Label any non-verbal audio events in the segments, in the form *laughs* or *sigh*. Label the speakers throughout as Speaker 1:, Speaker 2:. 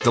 Speaker 1: The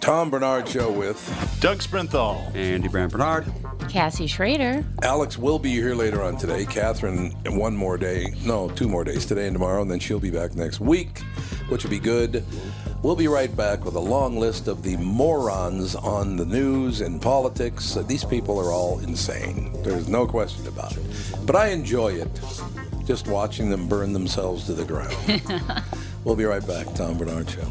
Speaker 2: Tom Bernard Show with
Speaker 3: Doug Sprinthal.
Speaker 4: Andy Brand Bernard.
Speaker 5: Cassie Schrader.
Speaker 2: Alex will be here later on today. Catherine, one more day. No, two more days today and tomorrow, and then she'll be back next week, which will be good. We'll be right back with a long list of the morons on the news and politics. These people are all insane. There's no question about it. But I enjoy it, just watching them burn themselves to the ground. we'll be right back, Tom Bernard Show.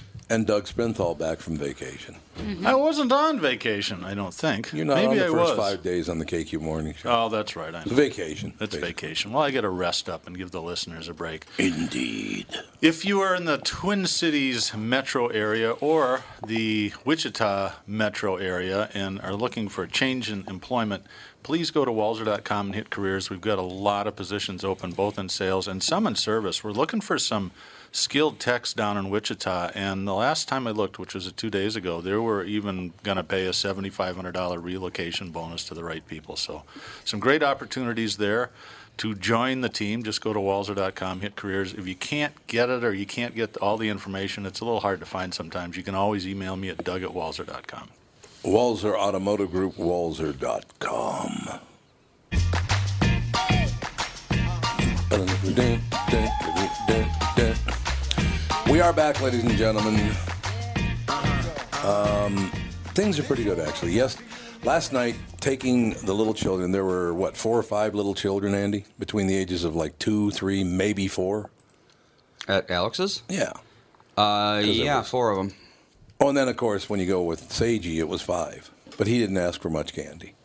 Speaker 2: and Doug Sprinthal back from vacation.
Speaker 4: Mm-hmm. I wasn't on vacation, I don't think.
Speaker 2: You're not
Speaker 4: Maybe
Speaker 2: on the
Speaker 4: I
Speaker 2: first
Speaker 4: was.
Speaker 2: five days on the KQ Morning Show.
Speaker 4: Oh, that's right. I know.
Speaker 2: vacation.
Speaker 4: That's vacation. Well, I got to rest up and give the listeners a break.
Speaker 2: Indeed.
Speaker 4: If you are in the Twin Cities metro area or the Wichita metro area and are looking for a change in employment, please go to walzer.com and hit careers. We've got a lot of positions open, both in sales and some in service. We're looking for some skilled techs down in Wichita. And the last time I looked, which was two days ago, they were even going to pay a $7,500 relocation bonus to the right people. So some great opportunities there to join the team, just go to walzer.com, hit careers. If you can't get it or you can't get all the information, it's a little hard to find sometimes. You can always email me at doug at walzer.com.
Speaker 2: Walzer Automotive Group, walzer.com. We are back, ladies and gentlemen. Um, things are pretty good, actually. Yes, last night, taking the little children, there were, what, four or five little children, Andy? Between the ages of like two, three, maybe four?
Speaker 6: At Alex's?
Speaker 2: Yeah.
Speaker 6: Uh,
Speaker 2: it
Speaker 6: yeah,
Speaker 2: was-
Speaker 6: four of them.
Speaker 2: Oh, and then, of course, when you go with Seiji, it was five. But he didn't ask for much candy.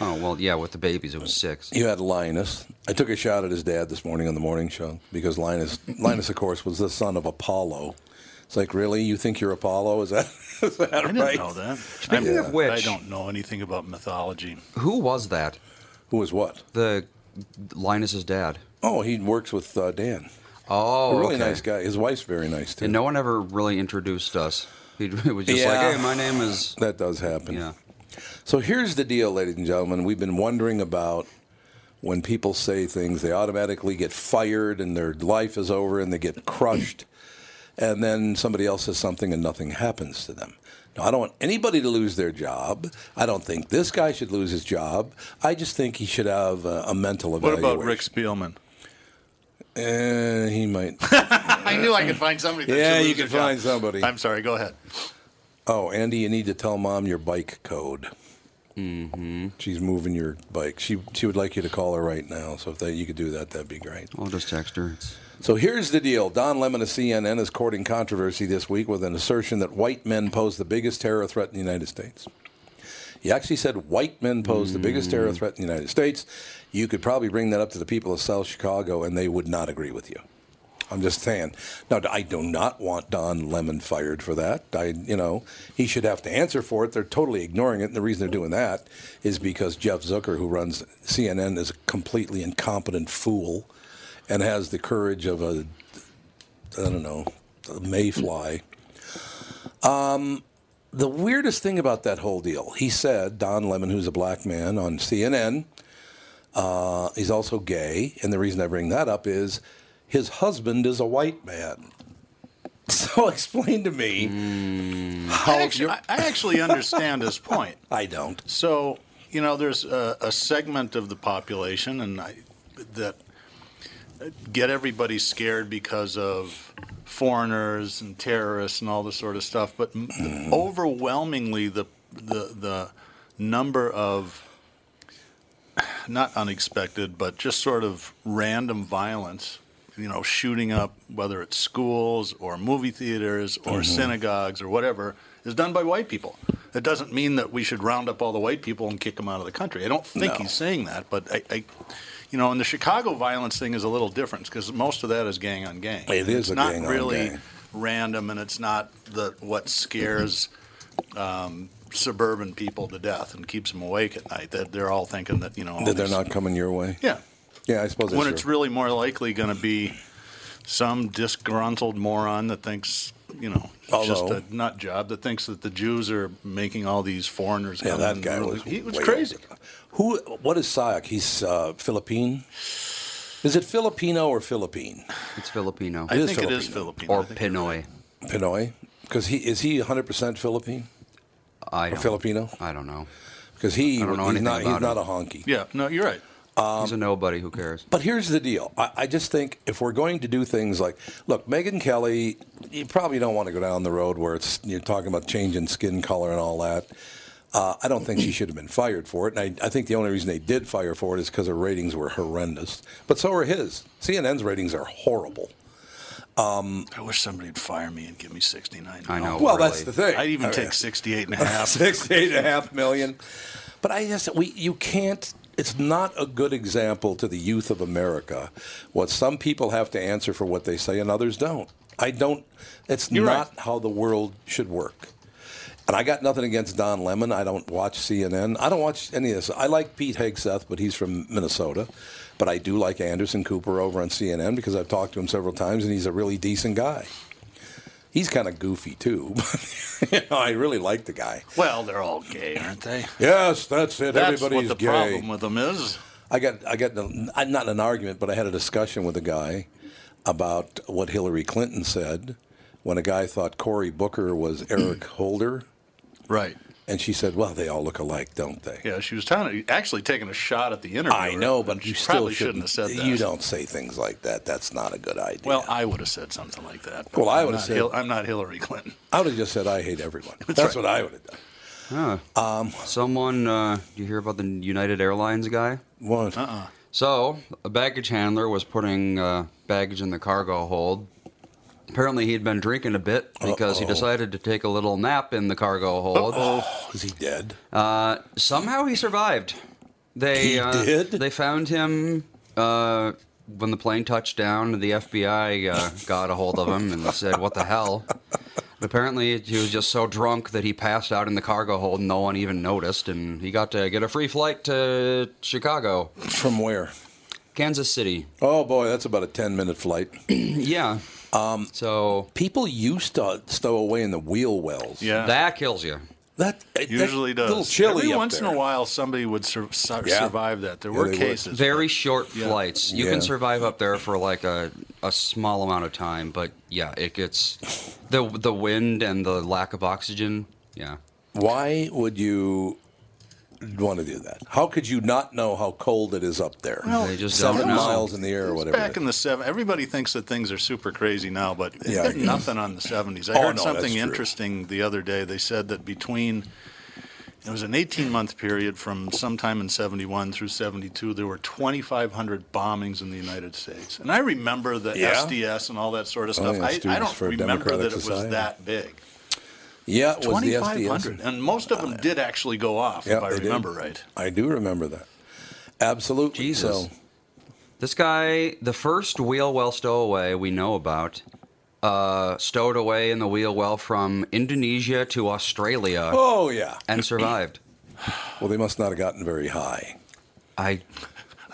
Speaker 6: Oh well, yeah. With the babies, it was six.
Speaker 2: You had Linus. I took a shot at his dad this morning on the morning show because Linus, Linus, of course, was the son of Apollo. It's like, really? You think you're Apollo? Is that, *laughs* is that
Speaker 4: I didn't
Speaker 2: right?
Speaker 4: know that.
Speaker 6: Speaking
Speaker 4: I'm-
Speaker 6: of which-
Speaker 4: I don't know anything about mythology.
Speaker 6: Who was that?
Speaker 2: Who is what?
Speaker 6: The Linus's dad.
Speaker 2: Oh, he works with uh, Dan.
Speaker 6: Oh,
Speaker 2: a really
Speaker 6: okay.
Speaker 2: nice guy. His wife's very nice too.
Speaker 6: And no one ever really introduced us. He *laughs* it was just
Speaker 2: Yeah.
Speaker 6: like, "Hey, my name is."
Speaker 2: that does happen.
Speaker 6: Yeah.
Speaker 2: So here's the deal, ladies and gentlemen. We've been wondering about when people say things, they automatically get fired and their life is over and they get crushed. and then somebody else says something and nothing happens to them. Now, I don't want anybody to lose their job. I don't think this guy should lose his job. I just think he should have a, a mental
Speaker 4: What
Speaker 2: evaluation.
Speaker 4: about Rick Spielman?
Speaker 2: Eh, he
Speaker 4: *laughs*
Speaker 2: might.
Speaker 4: I knew I could find somebody. that
Speaker 2: Yeah,
Speaker 4: should
Speaker 2: you
Speaker 4: lose
Speaker 2: could
Speaker 4: their job.
Speaker 2: find somebody.
Speaker 4: I'm sorry. Go ahead.
Speaker 2: oh, Andy, you need to tell mom your bike code.
Speaker 4: Mm-hmm.
Speaker 2: She's moving your bike. She she would like you to call her right now. So if that you could do that, that'd be great.
Speaker 6: I'll just text her. It's-
Speaker 2: So here's the deal. Don Lemon of CNN is courting controversy this week with an assertion that white men pose the biggest terror threat in the United States. He actually said white men pose the biggest terror threat in the United States. You could probably bring that up to the people of South Chicago, and they would not agree with you. I'm just saying. Now, I do not want Don Lemon fired for that. I, you know, he should have to answer for it. They're totally ignoring it, and the reason they're doing that is because Jeff Zucker, who runs CNN, is a completely incompetent fool, and has the courage of a, I don't know, a mayfly. Um, The weirdest thing about that whole deal, he said, Don Lemon, who's a black man on CNN, uh, he's also gay. And the reason I bring that up is his husband is a white man. *laughs* So explain to me
Speaker 4: Mm.
Speaker 2: how
Speaker 4: I
Speaker 2: if
Speaker 4: actually,
Speaker 2: you're.
Speaker 4: I I actually understand his point.
Speaker 2: I don't.
Speaker 4: So, you know, there's a, a segment of the population, and I, that get everybody scared because of foreigners and terrorists and all this sort of stuff. But m- overwhelmingly, the the the number of not unexpected, but just sort of random violence. You know, shooting up whether it's schools or movie theaters or synagogues or whatever is done by white people. It doesn't mean that we should round up all the white people and kick them out of the country. I don't think
Speaker 2: No.
Speaker 4: he's saying that, but I, I, you know, and the Chicago violence thing is a little different because most of that is gang on gang.
Speaker 2: It is
Speaker 4: it's
Speaker 2: a
Speaker 4: not
Speaker 2: gang on
Speaker 4: really
Speaker 2: gang.
Speaker 4: random, and it's not the what scares um, suburban people to death and keeps them awake at night. That they're all thinking that you know all
Speaker 2: That they're
Speaker 4: these-
Speaker 2: not coming your way?
Speaker 4: Yeah,
Speaker 2: Yeah, I suppose that's
Speaker 4: when it's
Speaker 2: true.
Speaker 4: really more likely going to be some disgruntled moron that thinks. You know, just
Speaker 2: Although-
Speaker 4: a nut job that thinks that the Jews are making all these foreigners.
Speaker 2: Yeah,
Speaker 4: come
Speaker 2: that
Speaker 4: in
Speaker 2: guy
Speaker 4: really-
Speaker 2: was.
Speaker 4: He was
Speaker 2: way
Speaker 4: crazy.
Speaker 2: over the- Who? What is Sayak? He's uh, Philippine. Is it Filipino or Philippine?
Speaker 6: It's Filipino
Speaker 4: I
Speaker 2: is
Speaker 4: think it is
Speaker 2: Filipino.
Speaker 4: Filipino.
Speaker 6: or
Speaker 4: I think-
Speaker 6: Pinoy.
Speaker 2: Pinoy? Because he is he 100% Philippine
Speaker 6: I
Speaker 2: or
Speaker 6: don't,
Speaker 2: Filipino?
Speaker 6: I don't know.
Speaker 2: Because he
Speaker 6: I don't know
Speaker 2: he's
Speaker 6: anything
Speaker 2: not he's
Speaker 6: about
Speaker 2: not
Speaker 6: him.
Speaker 2: a honky.
Speaker 4: Yeah, no, you're right.
Speaker 6: He's a nobody. Who cares?
Speaker 2: But here's the deal. I, I just think if we're going to do things like, look, Megan Kelly, you probably don't want to go down the road where it's you're talking about changing skin color and all that. Uh, I don't think she should have been fired for it. And I, I think the only reason they did fire for it is because her ratings were horrendous. But so are his. CNN's ratings are horrible.
Speaker 4: I wish somebody would fire me and give me 69.
Speaker 6: I know.
Speaker 2: well,
Speaker 6: Oh, really.
Speaker 2: that's the thing.
Speaker 4: I'd even
Speaker 2: I mean,
Speaker 4: take
Speaker 2: *laughs*
Speaker 4: 68 and a half.
Speaker 2: Sixty-eight and a half million. But I just we you can't. It's not a good example to the youth of America. What some people have to answer for what they say and others don't. I don't. It's not how the world should work. And I got nothing against Don Lemon. I don't watch CNN. I don't watch any of this. I like Pete Hegseth, but he's from Minnesota. But I do like Anderson Cooper over on CNN because I've talked to him several times, and he's a really decent guy. He's kind of goofy too. *laughs* you know, I really like the guy.
Speaker 4: Well, they're all gay, aren't they?
Speaker 2: Yes, that's it.
Speaker 4: That's
Speaker 2: Everybody's
Speaker 4: what the
Speaker 2: gay.
Speaker 4: problem with them is.
Speaker 2: I got, I got, in a- not an argument, but I had a discussion with a guy about what Hillary Clinton said when a guy thought Cory Booker
Speaker 4: *clears throat*
Speaker 2: was Eric Holder,
Speaker 4: Right.
Speaker 2: and she said, "Well, they all look alike, don't they?"
Speaker 4: Yeah, she was trying to, actually taking a shot at the interview.
Speaker 2: I know, but you still
Speaker 4: probably shouldn't have said that.
Speaker 2: You don't say things like that. That's not a good idea.
Speaker 4: Well, I would have said something like that. but
Speaker 2: Well, I
Speaker 4: I'm
Speaker 2: would have
Speaker 4: not
Speaker 2: said-
Speaker 4: Hil- I'm not Hillary Clinton.
Speaker 2: I would have just said, "I hate everyone." That's,
Speaker 4: right.
Speaker 2: what I would have done.
Speaker 6: Someone, uh, you hear about the United Airlines guy?
Speaker 2: What?
Speaker 4: Uh-uh.
Speaker 6: So, a baggage handler was putting uh, baggage in the cargo hold. Apparently, he'd been drinking a bit because he
Speaker 2: Uh-oh.
Speaker 6: decided to take a little nap in the cargo hold.
Speaker 2: oh, Is he dead?
Speaker 6: Uh, somehow, he survived. They
Speaker 2: He
Speaker 6: uh,
Speaker 2: did?
Speaker 6: They found him uh, when the plane touched down. The FBI uh, got a hold of him and said, "What the hell?" But apparently, he was just so drunk that he passed out in the cargo hold, and no one even noticed. And he got to get a free flight to Chicago,
Speaker 2: From where?
Speaker 6: Kansas City.
Speaker 2: Oh boy, that's about a ten-minute flight.
Speaker 6: Yeah. Um, so
Speaker 2: People used to stow away in the wheel wells.
Speaker 4: Yeah.
Speaker 6: that kills you.
Speaker 2: That it-
Speaker 4: usually
Speaker 2: that
Speaker 4: does.
Speaker 2: Little chilly
Speaker 4: Every
Speaker 2: up
Speaker 4: once
Speaker 2: there.
Speaker 4: in a while, somebody would sur- sur-
Speaker 2: Yeah.
Speaker 4: survive that. There
Speaker 2: Yeah,
Speaker 4: were
Speaker 2: they would.
Speaker 4: cases.
Speaker 6: Very short flights. You
Speaker 2: Yeah.
Speaker 6: can survive up there for like a, a small amount of time, but yeah, it gets the the wind and the lack of oxygen. Yeah.
Speaker 2: Why would you want to do that? How could you not know how cold it is up there?
Speaker 6: They just
Speaker 2: Seven
Speaker 6: don't know.
Speaker 2: miles in the air or
Speaker 4: It's
Speaker 2: whatever.
Speaker 4: Back in the seven, everybody thinks that things are super crazy now, but
Speaker 2: Yeah.
Speaker 4: there's nothing on the seventies. I
Speaker 2: Oh,
Speaker 4: heard
Speaker 2: no, that's
Speaker 4: something
Speaker 2: true.
Speaker 4: interesting the other day. They said that between It was an 18 month period from sometime in 71 through 72. There were 2,500 bombings in the United States. And I remember the
Speaker 2: Yeah.
Speaker 4: SDS and all that sort of
Speaker 2: Oh,
Speaker 4: stuff.
Speaker 2: yeah,
Speaker 4: I, I
Speaker 2: Students
Speaker 4: don't
Speaker 2: for a
Speaker 4: remember that
Speaker 2: Democratic
Speaker 4: it was
Speaker 2: Society.
Speaker 4: that big.
Speaker 2: Yeah, it was the SDS.
Speaker 4: 2,500. And most of them did actually go off,
Speaker 2: Yeah,
Speaker 4: if I
Speaker 2: they did.
Speaker 4: remember right.
Speaker 2: I do remember that. Absolutely.
Speaker 6: Jesus.
Speaker 2: So,
Speaker 6: This guy, the first wheel well stowaway we know about, uh, stowed away in the wheel well from Indonesia to Australia
Speaker 2: oh yeah.
Speaker 6: and survived.
Speaker 2: Well, they must not have gotten very high.
Speaker 6: I
Speaker 2: *laughs*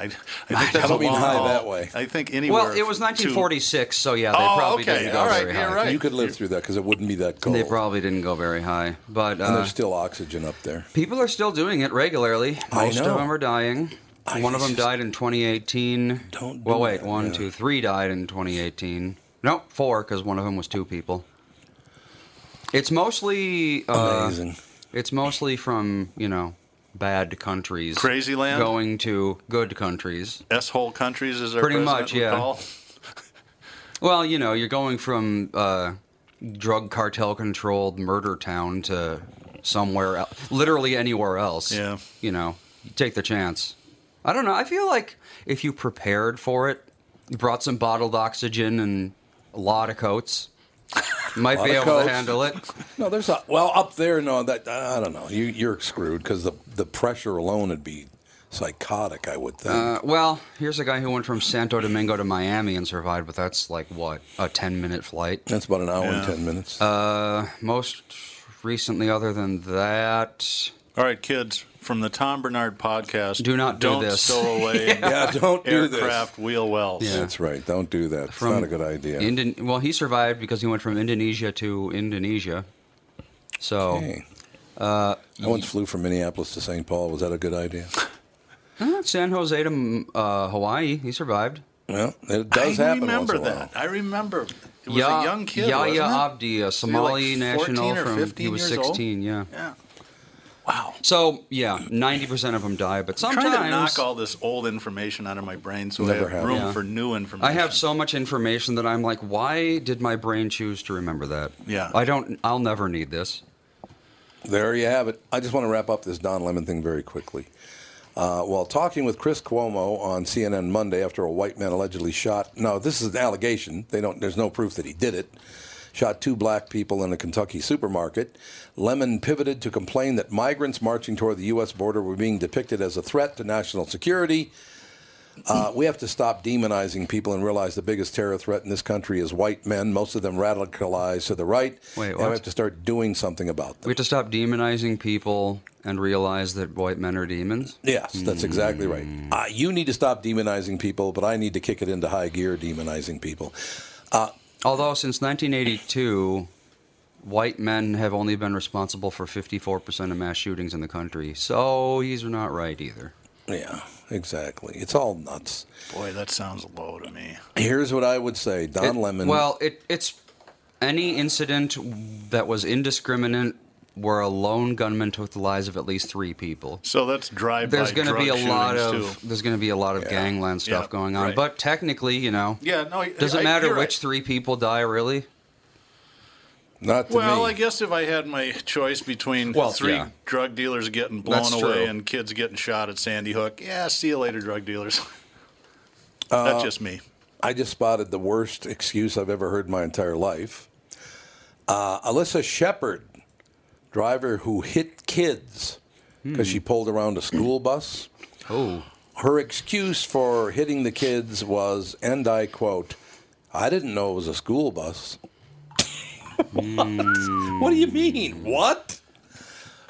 Speaker 4: I, I think that's a
Speaker 2: don't mean
Speaker 4: long
Speaker 2: high
Speaker 4: haul.
Speaker 2: that way.
Speaker 4: I think anywhere.
Speaker 6: well, it was
Speaker 4: to-
Speaker 6: 1946, so yeah, they
Speaker 4: Oh,
Speaker 6: probably
Speaker 4: okay,
Speaker 6: didn't go
Speaker 4: all right,
Speaker 6: very
Speaker 4: yeah,
Speaker 6: high.
Speaker 4: right.
Speaker 2: You could live through that because it wouldn't be that cold.
Speaker 6: They probably didn't go very high, but
Speaker 2: and
Speaker 6: uh,
Speaker 2: there's still oxygen up there.
Speaker 6: people are still doing it regularly. Most
Speaker 2: I know.
Speaker 6: of them are dying.
Speaker 2: I
Speaker 6: one of them
Speaker 2: just-
Speaker 6: died in 2018.
Speaker 2: Don't
Speaker 6: well,
Speaker 2: do
Speaker 6: wait,
Speaker 2: that,
Speaker 6: one,
Speaker 2: yeah.
Speaker 6: two, three died in 2018. Nope, four because one of them was two people. It's mostly uh,
Speaker 2: Amazing.
Speaker 6: It's mostly from you know bad countries,
Speaker 4: Crazy land?
Speaker 6: going to good countries.
Speaker 4: S-hole countries, as our
Speaker 6: Pretty
Speaker 4: president
Speaker 6: much,
Speaker 4: would
Speaker 6: yeah.
Speaker 4: call.
Speaker 6: Well, you know, you're going from uh, drug cartel controlled murder town to somewhere el literally anywhere else.
Speaker 4: Yeah.
Speaker 6: You know, you take the chance. I don't know. I feel like if you prepared for it, you brought some bottled oxygen and a lot of coats,
Speaker 2: *laughs*
Speaker 6: you might
Speaker 2: Lot
Speaker 6: be able
Speaker 2: of
Speaker 6: to
Speaker 2: coats.
Speaker 6: handle it.
Speaker 2: No, there's a, well up there. No, that uh, I don't know. You you're screwed because the the pressure alone would be psychotic. I would think.
Speaker 6: Uh, well, here's a guy who went from Santo Domingo to Miami and survived, but that's like what a 10 minute flight. Uh,
Speaker 2: That's about an hour and
Speaker 4: yeah.
Speaker 2: ten minutes.
Speaker 6: Most recently, other than that,
Speaker 4: All right, kids, from the Tom Bernard podcast.
Speaker 6: Do not do
Speaker 4: don't
Speaker 6: this. *laughs*
Speaker 4: stow away
Speaker 2: *laughs* yeah, Uh, don't do
Speaker 4: aircraft wheel wells.
Speaker 6: Yeah.
Speaker 2: That's right. Don't do that. It's
Speaker 6: From
Speaker 2: not a good idea.
Speaker 6: Indon- well, he survived because he went from Indonesia to Indonesia. So
Speaker 2: hey.
Speaker 4: uh,
Speaker 2: I once flew from Minneapolis to St. Paul. Was that a good idea?
Speaker 6: Eh, San Jose to uh, Hawaii, he survived.
Speaker 2: Well, it does
Speaker 4: I
Speaker 2: happen.
Speaker 4: remember
Speaker 2: once in a
Speaker 4: that. I remember. It was
Speaker 6: Ya-
Speaker 4: a young kid. wasn't
Speaker 6: Yahya
Speaker 4: it?
Speaker 6: Abdi, a Somali
Speaker 4: 14
Speaker 6: national
Speaker 4: or
Speaker 6: from
Speaker 4: 15
Speaker 6: he was
Speaker 4: years old?
Speaker 6: 16. Yeah.
Speaker 4: Yeah. Wow.
Speaker 6: So yeah, 90 percent of them die, but
Speaker 4: I'm
Speaker 6: sometimes
Speaker 4: trying to knock all this old information out of my brain so
Speaker 2: Never
Speaker 4: I have
Speaker 2: happened.
Speaker 4: room
Speaker 6: Yeah.
Speaker 4: for new information.
Speaker 6: I have so much information that I'm like, why did my brain choose to remember that?
Speaker 4: Yeah.
Speaker 6: I don't. I'll never need this.
Speaker 2: while. There you have it. I just want to wrap up this Don Lemon thing very quickly. Uh, while talking with Chris Cuomo on CNN Monday after a white man allegedly shot, no, this is an allegation. They don't. There's no proof that he did it. Shot two black people in a Kentucky supermarket. Lemon pivoted to complain that migrants marching toward the U.S. border were being depicted as a threat to national security. Uh, we have to stop demonizing people and realize the biggest terror threat in this country is white men, most of them radicalized to the right.
Speaker 6: Wait,
Speaker 2: and
Speaker 6: what?
Speaker 2: we have to start doing something about
Speaker 6: We
Speaker 2: them.
Speaker 6: have to stop demonizing people and realize that white men are demons.
Speaker 2: Yes, that's exactly right. Uh, you need to stop demonizing people, but I need to kick it into high gear demonizing people.
Speaker 6: Although since 1982, white men have only been responsible for 54% of mass shootings in the country. So he's not right either.
Speaker 2: Yeah, exactly. It's all nuts.
Speaker 4: Boy, that sounds low to me.
Speaker 2: Here's what I would say Don
Speaker 6: It-
Speaker 2: Lemon.
Speaker 6: Well, it, it's any incident that was indiscriminate where a lone gunman took the lives of at least three people.
Speaker 4: So that's drive
Speaker 6: There's
Speaker 4: going to
Speaker 6: be a lot of
Speaker 4: Too.
Speaker 6: there's going to be a lot of gangland stuff
Speaker 4: Yeah,
Speaker 6: going on.
Speaker 4: right.
Speaker 6: But technically, you know,
Speaker 4: Yeah, no. I-
Speaker 6: does
Speaker 4: I-
Speaker 6: it matter
Speaker 4: you're
Speaker 6: which
Speaker 4: right.
Speaker 6: three people die really?
Speaker 2: not to
Speaker 4: Well,
Speaker 2: me.
Speaker 4: I guess if I had my choice between
Speaker 6: Well,
Speaker 4: three
Speaker 6: yeah.
Speaker 4: drug dealers getting blown
Speaker 6: That's
Speaker 4: away
Speaker 6: true.
Speaker 4: and kids getting shot at Sandy Hook, yeah, see you later, drug dealers. *laughs*
Speaker 6: Uh,
Speaker 4: That's just me.
Speaker 2: I just spotted the worst excuse I've ever heard in my entire life. Uh, Alyssa Shepard, driver who hit kids because she pulled around a school bus.
Speaker 6: Oh,
Speaker 2: Her excuse for hitting the kids was, and I quote, I didn't know it was a school bus. *laughs*
Speaker 6: Hmm.
Speaker 2: what? What do you mean? What?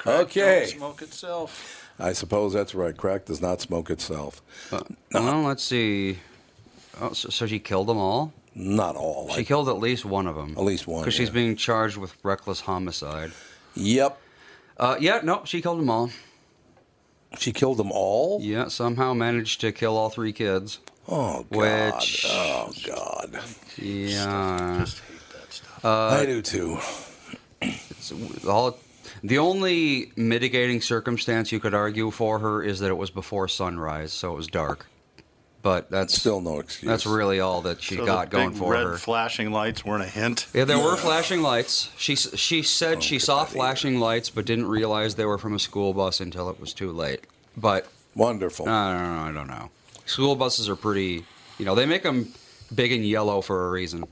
Speaker 4: Don't
Speaker 2: Okay.
Speaker 4: Smoke itself.
Speaker 2: I suppose that's right. Crack does not smoke itself.
Speaker 6: Uh, well, let's see. Oh, so, so she killed them all.
Speaker 2: Not all.
Speaker 6: She
Speaker 2: I-
Speaker 6: killed at least one of them.
Speaker 2: At least one,
Speaker 6: Because she's
Speaker 2: yeah.
Speaker 6: being charged with reckless homicide.
Speaker 2: yep.
Speaker 6: Uh, yeah, no, she killed them all.
Speaker 2: She killed them all?
Speaker 6: Yeah, somehow managed to kill all three kids.
Speaker 2: Oh, God.
Speaker 6: Which-
Speaker 2: Oh, God.
Speaker 6: Yeah.
Speaker 4: Just hate that stuff.
Speaker 6: Uh,
Speaker 2: I do too.
Speaker 6: it's all, the only mitigating circumstance you could argue for her is that it was before sunrise, so it was dark. But that's
Speaker 2: Still no excuse.
Speaker 6: That's really all that she
Speaker 4: So
Speaker 6: got
Speaker 4: the
Speaker 6: going
Speaker 4: big
Speaker 6: for
Speaker 4: red
Speaker 6: her.
Speaker 4: flashing lights weren't a hint.
Speaker 6: yeah, there were flashing lights. She s- she said
Speaker 2: Oh,
Speaker 6: she saw flashing lights, but didn't realize they were from a school bus until it was too late. But
Speaker 2: wonderful.
Speaker 6: I don't know. I don't know. School buses are pretty. You know, they make them big and yellow for a reason.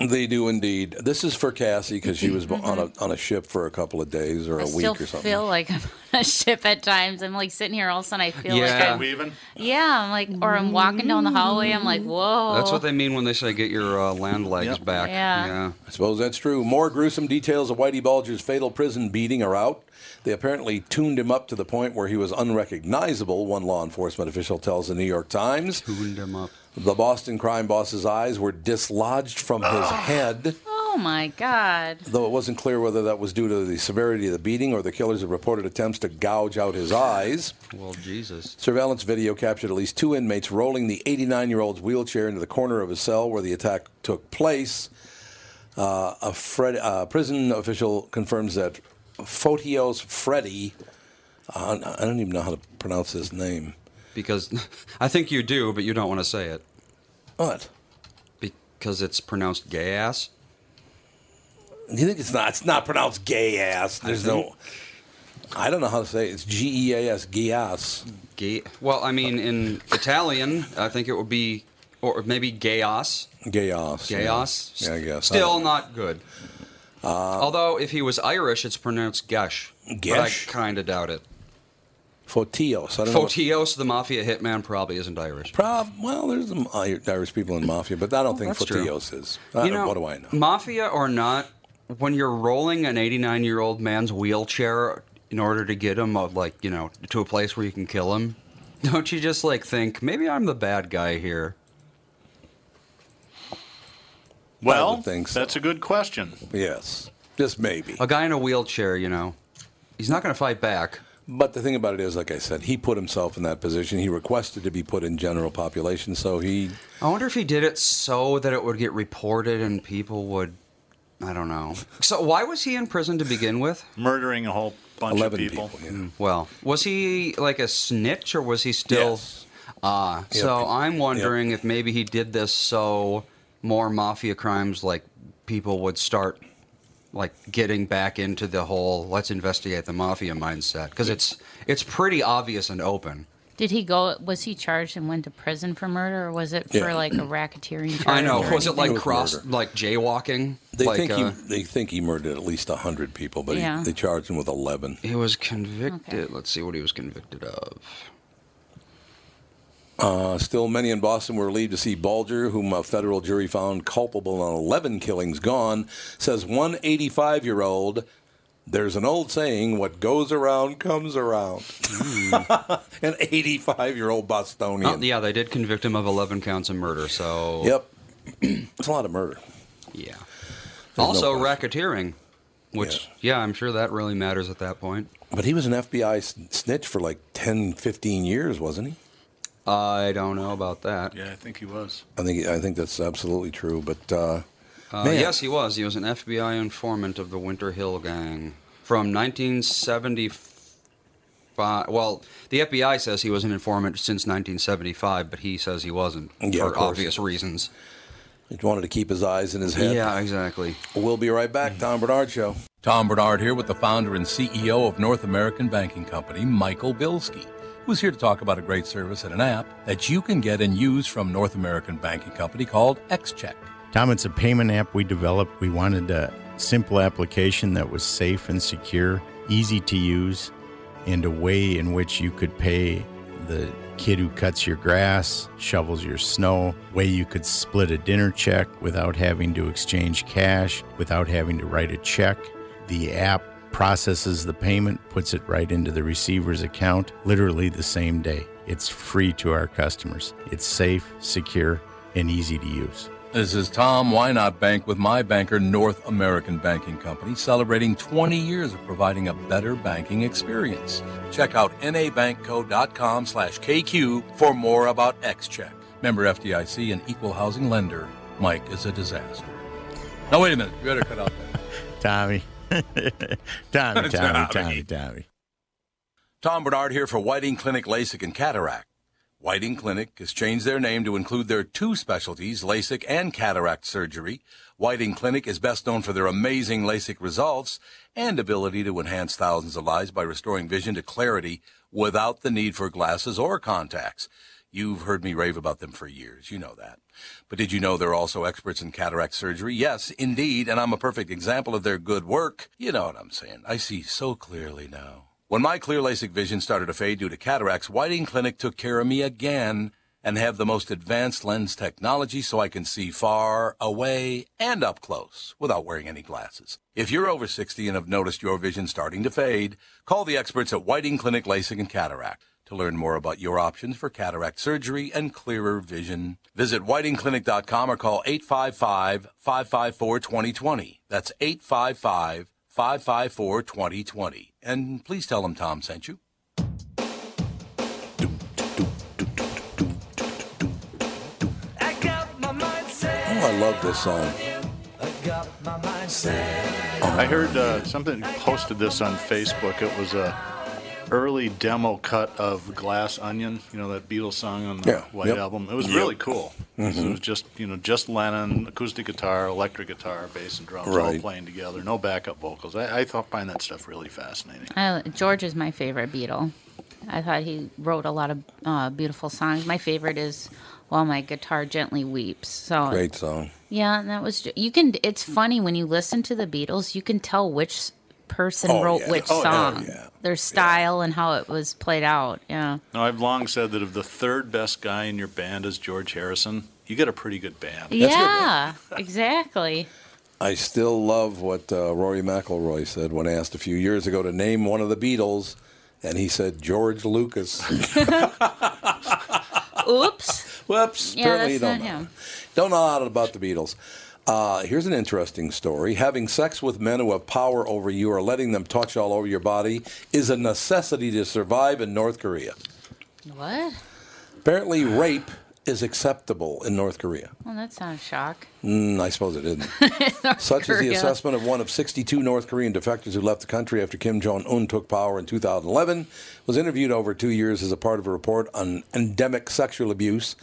Speaker 2: They do indeed. This is for Cassie because she was on a
Speaker 6: Mm-hmm.
Speaker 2: on a ship for a couple of days or a
Speaker 5: I
Speaker 2: week
Speaker 5: still
Speaker 2: or something.
Speaker 5: feel like I'm *laughs* on a ship at times. I'm like sitting here all of a sudden. I feel like
Speaker 6: Yeah.
Speaker 5: I'm,
Speaker 4: Weaving.
Speaker 5: yeah. I'm like, or I'm walking down the hallway. I'm like, whoa.
Speaker 6: That's what they mean when they say get your uh, land legs
Speaker 4: Yep.
Speaker 6: back.
Speaker 5: Yeah.
Speaker 2: I suppose that's true. More gruesome details of Whitey Bulger's fatal prison beating are out. They apparently tuned him up to the point where he was unrecognizable, one law enforcement official tells the New York Times.
Speaker 6: Tuned 'em up.
Speaker 2: The Boston crime boss's eyes were dislodged from his
Speaker 6: Ah.
Speaker 2: head,
Speaker 5: Oh my god.
Speaker 2: though it wasn't clear whether that was due to the severity of the beating or the killer's reported attempts to gouge out his eyes.
Speaker 6: Well, Jesus.
Speaker 2: Surveillance video captured at least two inmates rolling the 89 year old's wheelchair into the corner of his cell where the attack took place. Uh, a Fred, uh, prison official confirms that Fotios Freddy, uh, I don't even know how to pronounce his name.
Speaker 6: Because *laughs* I think you do, but you don't want to say it
Speaker 2: What?
Speaker 6: because it's pronounced gay ass.
Speaker 2: Do you think it's not? It's not pronounced gay ass. There's no. I don't know how to say it. It's G E A S, Gias.
Speaker 6: Gay. Well, I mean, in Italian, I think it would be, or maybe gayos.
Speaker 2: Gayas.
Speaker 6: Gayos.
Speaker 2: Yeah, I guess. Uh,
Speaker 6: Still not good. Although, if he was Irish, it's pronounced Gesh.
Speaker 2: Gesh?
Speaker 6: But I kind of doubt it.
Speaker 2: Fotios. I don't know. what-
Speaker 6: Fotios, the mafia hitman, probably isn't Irish.
Speaker 2: Prob- well, there's some Ir- Irish people in mafia, but I don't think
Speaker 6: Oh, that's true.
Speaker 2: Fotios is. I
Speaker 6: You
Speaker 2: don't-
Speaker 6: know,
Speaker 2: what do I know?
Speaker 6: Mafia or not, when you're rolling an 89 year old man's wheelchair in order to get him, uh, like, you know, to a place where you can kill him, *laughs* don't you just, like, think, maybe I'm the bad guy here?
Speaker 4: Well,
Speaker 2: would think so.
Speaker 4: that's a good question.
Speaker 2: Yes, just maybe.
Speaker 6: A guy in a wheelchair, you know, he's not going to fight back.
Speaker 2: But the thing about it is, like I said, he put himself in that position. He requested to be put in general population, so he.
Speaker 6: I wonder if he did it so that it would get reported and people would. I don't know. So, why was he in prison to begin with?
Speaker 4: Murdering a whole bunch of
Speaker 2: 11
Speaker 4: people.
Speaker 2: people. yeah.
Speaker 6: Well, was he like a snitch or was he still.
Speaker 2: Yes.
Speaker 6: Ah, so
Speaker 2: Yep.
Speaker 6: I'm wondering if maybe he did this so more mafia crimes, like people would start like getting back into the whole let's investigate the mafia mindset because it's it's pretty obvious and open.
Speaker 5: Did he go? Was he charged and went to prison for murder, or was it for
Speaker 2: Yeah.
Speaker 5: like a racketeering? Charge
Speaker 6: I know.
Speaker 5: or
Speaker 6: Was it like
Speaker 2: It was
Speaker 6: cross,
Speaker 2: murder.
Speaker 6: like jaywalking?
Speaker 2: They
Speaker 6: like,
Speaker 2: think
Speaker 6: uh,
Speaker 2: he. They think he murdered at least hundred people, but
Speaker 5: Yeah.
Speaker 2: he, they charged him with eleven.
Speaker 6: He was convicted.
Speaker 5: Okay.
Speaker 6: Let's see what he was convicted of.
Speaker 2: Uh, still, many in Boston were relieved to see Bulger, whom a federal jury found culpable on 11 killings, gone. Says one 85 year old, there's an old saying, what goes around comes around.
Speaker 6: Hmm.
Speaker 2: *laughs* an 85 year old Bostonian.
Speaker 6: Oh, yeah, they did convict him of 11 counts of murder. So
Speaker 2: Yep. *clears throat* it's a lot of murder.
Speaker 6: yeah.
Speaker 2: no
Speaker 6: also
Speaker 2: question.
Speaker 6: racketeering, which yeah, I'm sure that really matters at that point.
Speaker 2: But he was an FBI s- snitch for like 10, 15 years, wasn't he?
Speaker 6: I don't know about that.
Speaker 4: Yeah, I think he was.
Speaker 2: I think I think that's absolutely true. But uh,
Speaker 6: Uh,
Speaker 2: man,
Speaker 6: yes, he was. He was an FBI informant of the Winter Hill Gang from 1975. Well, the FBI says he was an informant since 1975, but he says he wasn't
Speaker 2: Yeah, of
Speaker 6: for
Speaker 2: course.
Speaker 6: obvious reasons.
Speaker 2: he wanted to keep his eyes in his head.
Speaker 6: Yeah, exactly.
Speaker 2: We'll be right back. Tom Bernard Show. Tom Bernard here with the founder and CEO of North American Banking Company, Michael Bilski, who's here to talk about a great service and an app that you can get and use from North American Banking Company called XCheck.
Speaker 7: Tom, it's a payment app we developed. We wanted a simple application that was safe and secure, easy to use, and a way in which you could pay the kid who cuts your grass, shovels your snow, way you could split a dinner check without having to exchange cash, without having to write a check. The app processes the payment, puts it right into the receiver's account literally the same day. It's free to our customers. It's safe, secure, and easy to use.
Speaker 8: This is Tom. Why not bank with my banker, North American Banking Company, celebrating 20 years of providing a better banking experience. Check out nabankco.com slash KQ for more about XCheck. Member FDIC and equal housing lender. Mike is a disaster. Now, wait a minute. You better cut out that.
Speaker 7: Tommy. *laughs* Tommy, Tommy, Tommy, Tommy,
Speaker 8: Tommy, Tom Bernard here for Whiting Clinic LASIK and Cataract. Whiting Clinic has changed their name to include their two specialties, LASIK and cataract surgery. Whiting Clinic is best known for their amazing LASIK results and ability to enhance thousands of lives by restoring vision to clarity without the need for glasses or contacts. You've heard me rave about them for years. You know that. But did you know they're also experts in cataract surgery? Yes, indeed. And I'm a perfect example of their good work. You know what I'm saying. I see so clearly now. When my clear LASIK vision started to fade due to cataracts, Whiting Clinic took care of me again and have the most advanced lens technology so I can see far, away, and up close without wearing any glasses. If you're over 60 and have noticed your vision starting to fade, call the experts at Whiting Clinic LASIK and Cataract. To learn more about your options for cataract surgery and clearer vision, visit whitingclinic.com or call 855-554-2020. That's 855-554-2020. And please tell them Tom sent you.
Speaker 2: Oh, I love this song.
Speaker 4: I heard uh, something posted this on Facebook. It was a early demo cut of Glass Onion, you know that Beatles song on the
Speaker 2: Yeah,
Speaker 4: White
Speaker 2: yep. Mm-hmm.
Speaker 4: Album. It was really cool. So it was just you know just Lennon, acoustic guitar, electric guitar, bass and drums all
Speaker 2: Right.
Speaker 4: playing together, no backup vocals. I, I thought find that stuff really fascinating.
Speaker 5: I, Uh, George is my favorite Beatle. I thought he wrote a lot of uh, beautiful songs. My favorite is "While My Guitar Gently Weeps." So
Speaker 2: Great song.
Speaker 5: yeah, and that was ju- you can. It's funny when you listen to the Beatles, you can tell which s- person
Speaker 2: Oh,
Speaker 5: wrote
Speaker 2: yeah.
Speaker 5: which
Speaker 2: Oh, yeah,
Speaker 5: song,
Speaker 2: yeah.
Speaker 5: their style, and how it was played out. Yeah,
Speaker 4: Now I've long said that if the third best guy in your band is George Harrison, you got a pretty good band.
Speaker 5: yeah, exactly.
Speaker 2: I still love what uh, Rory McIlroy said when asked a few years ago to name one of the Beatles, and he said George
Speaker 5: *laughs*
Speaker 2: Lucas.
Speaker 5: Oops.
Speaker 2: *laughs* Whoops,
Speaker 5: Yeah,
Speaker 2: apparently you don't
Speaker 5: that's not
Speaker 2: know.
Speaker 5: him.
Speaker 2: Don't know a lot about the Beatles. Uh, here's an interesting story. Having sex with men who have power over you or letting them touch all over your body is a necessity to survive in North Korea.
Speaker 5: What?
Speaker 2: Apparently, rape is acceptable in North Korea.
Speaker 5: Well, that's not a shock.
Speaker 2: Mm, I suppose it isn't. Such is the
Speaker 5: Korea.
Speaker 2: assessment of one of 62 North Korean defectors who left the country after Kim Jong Un took power in 2011. Was interviewed over two years as a part of a report on endemic sexual abuse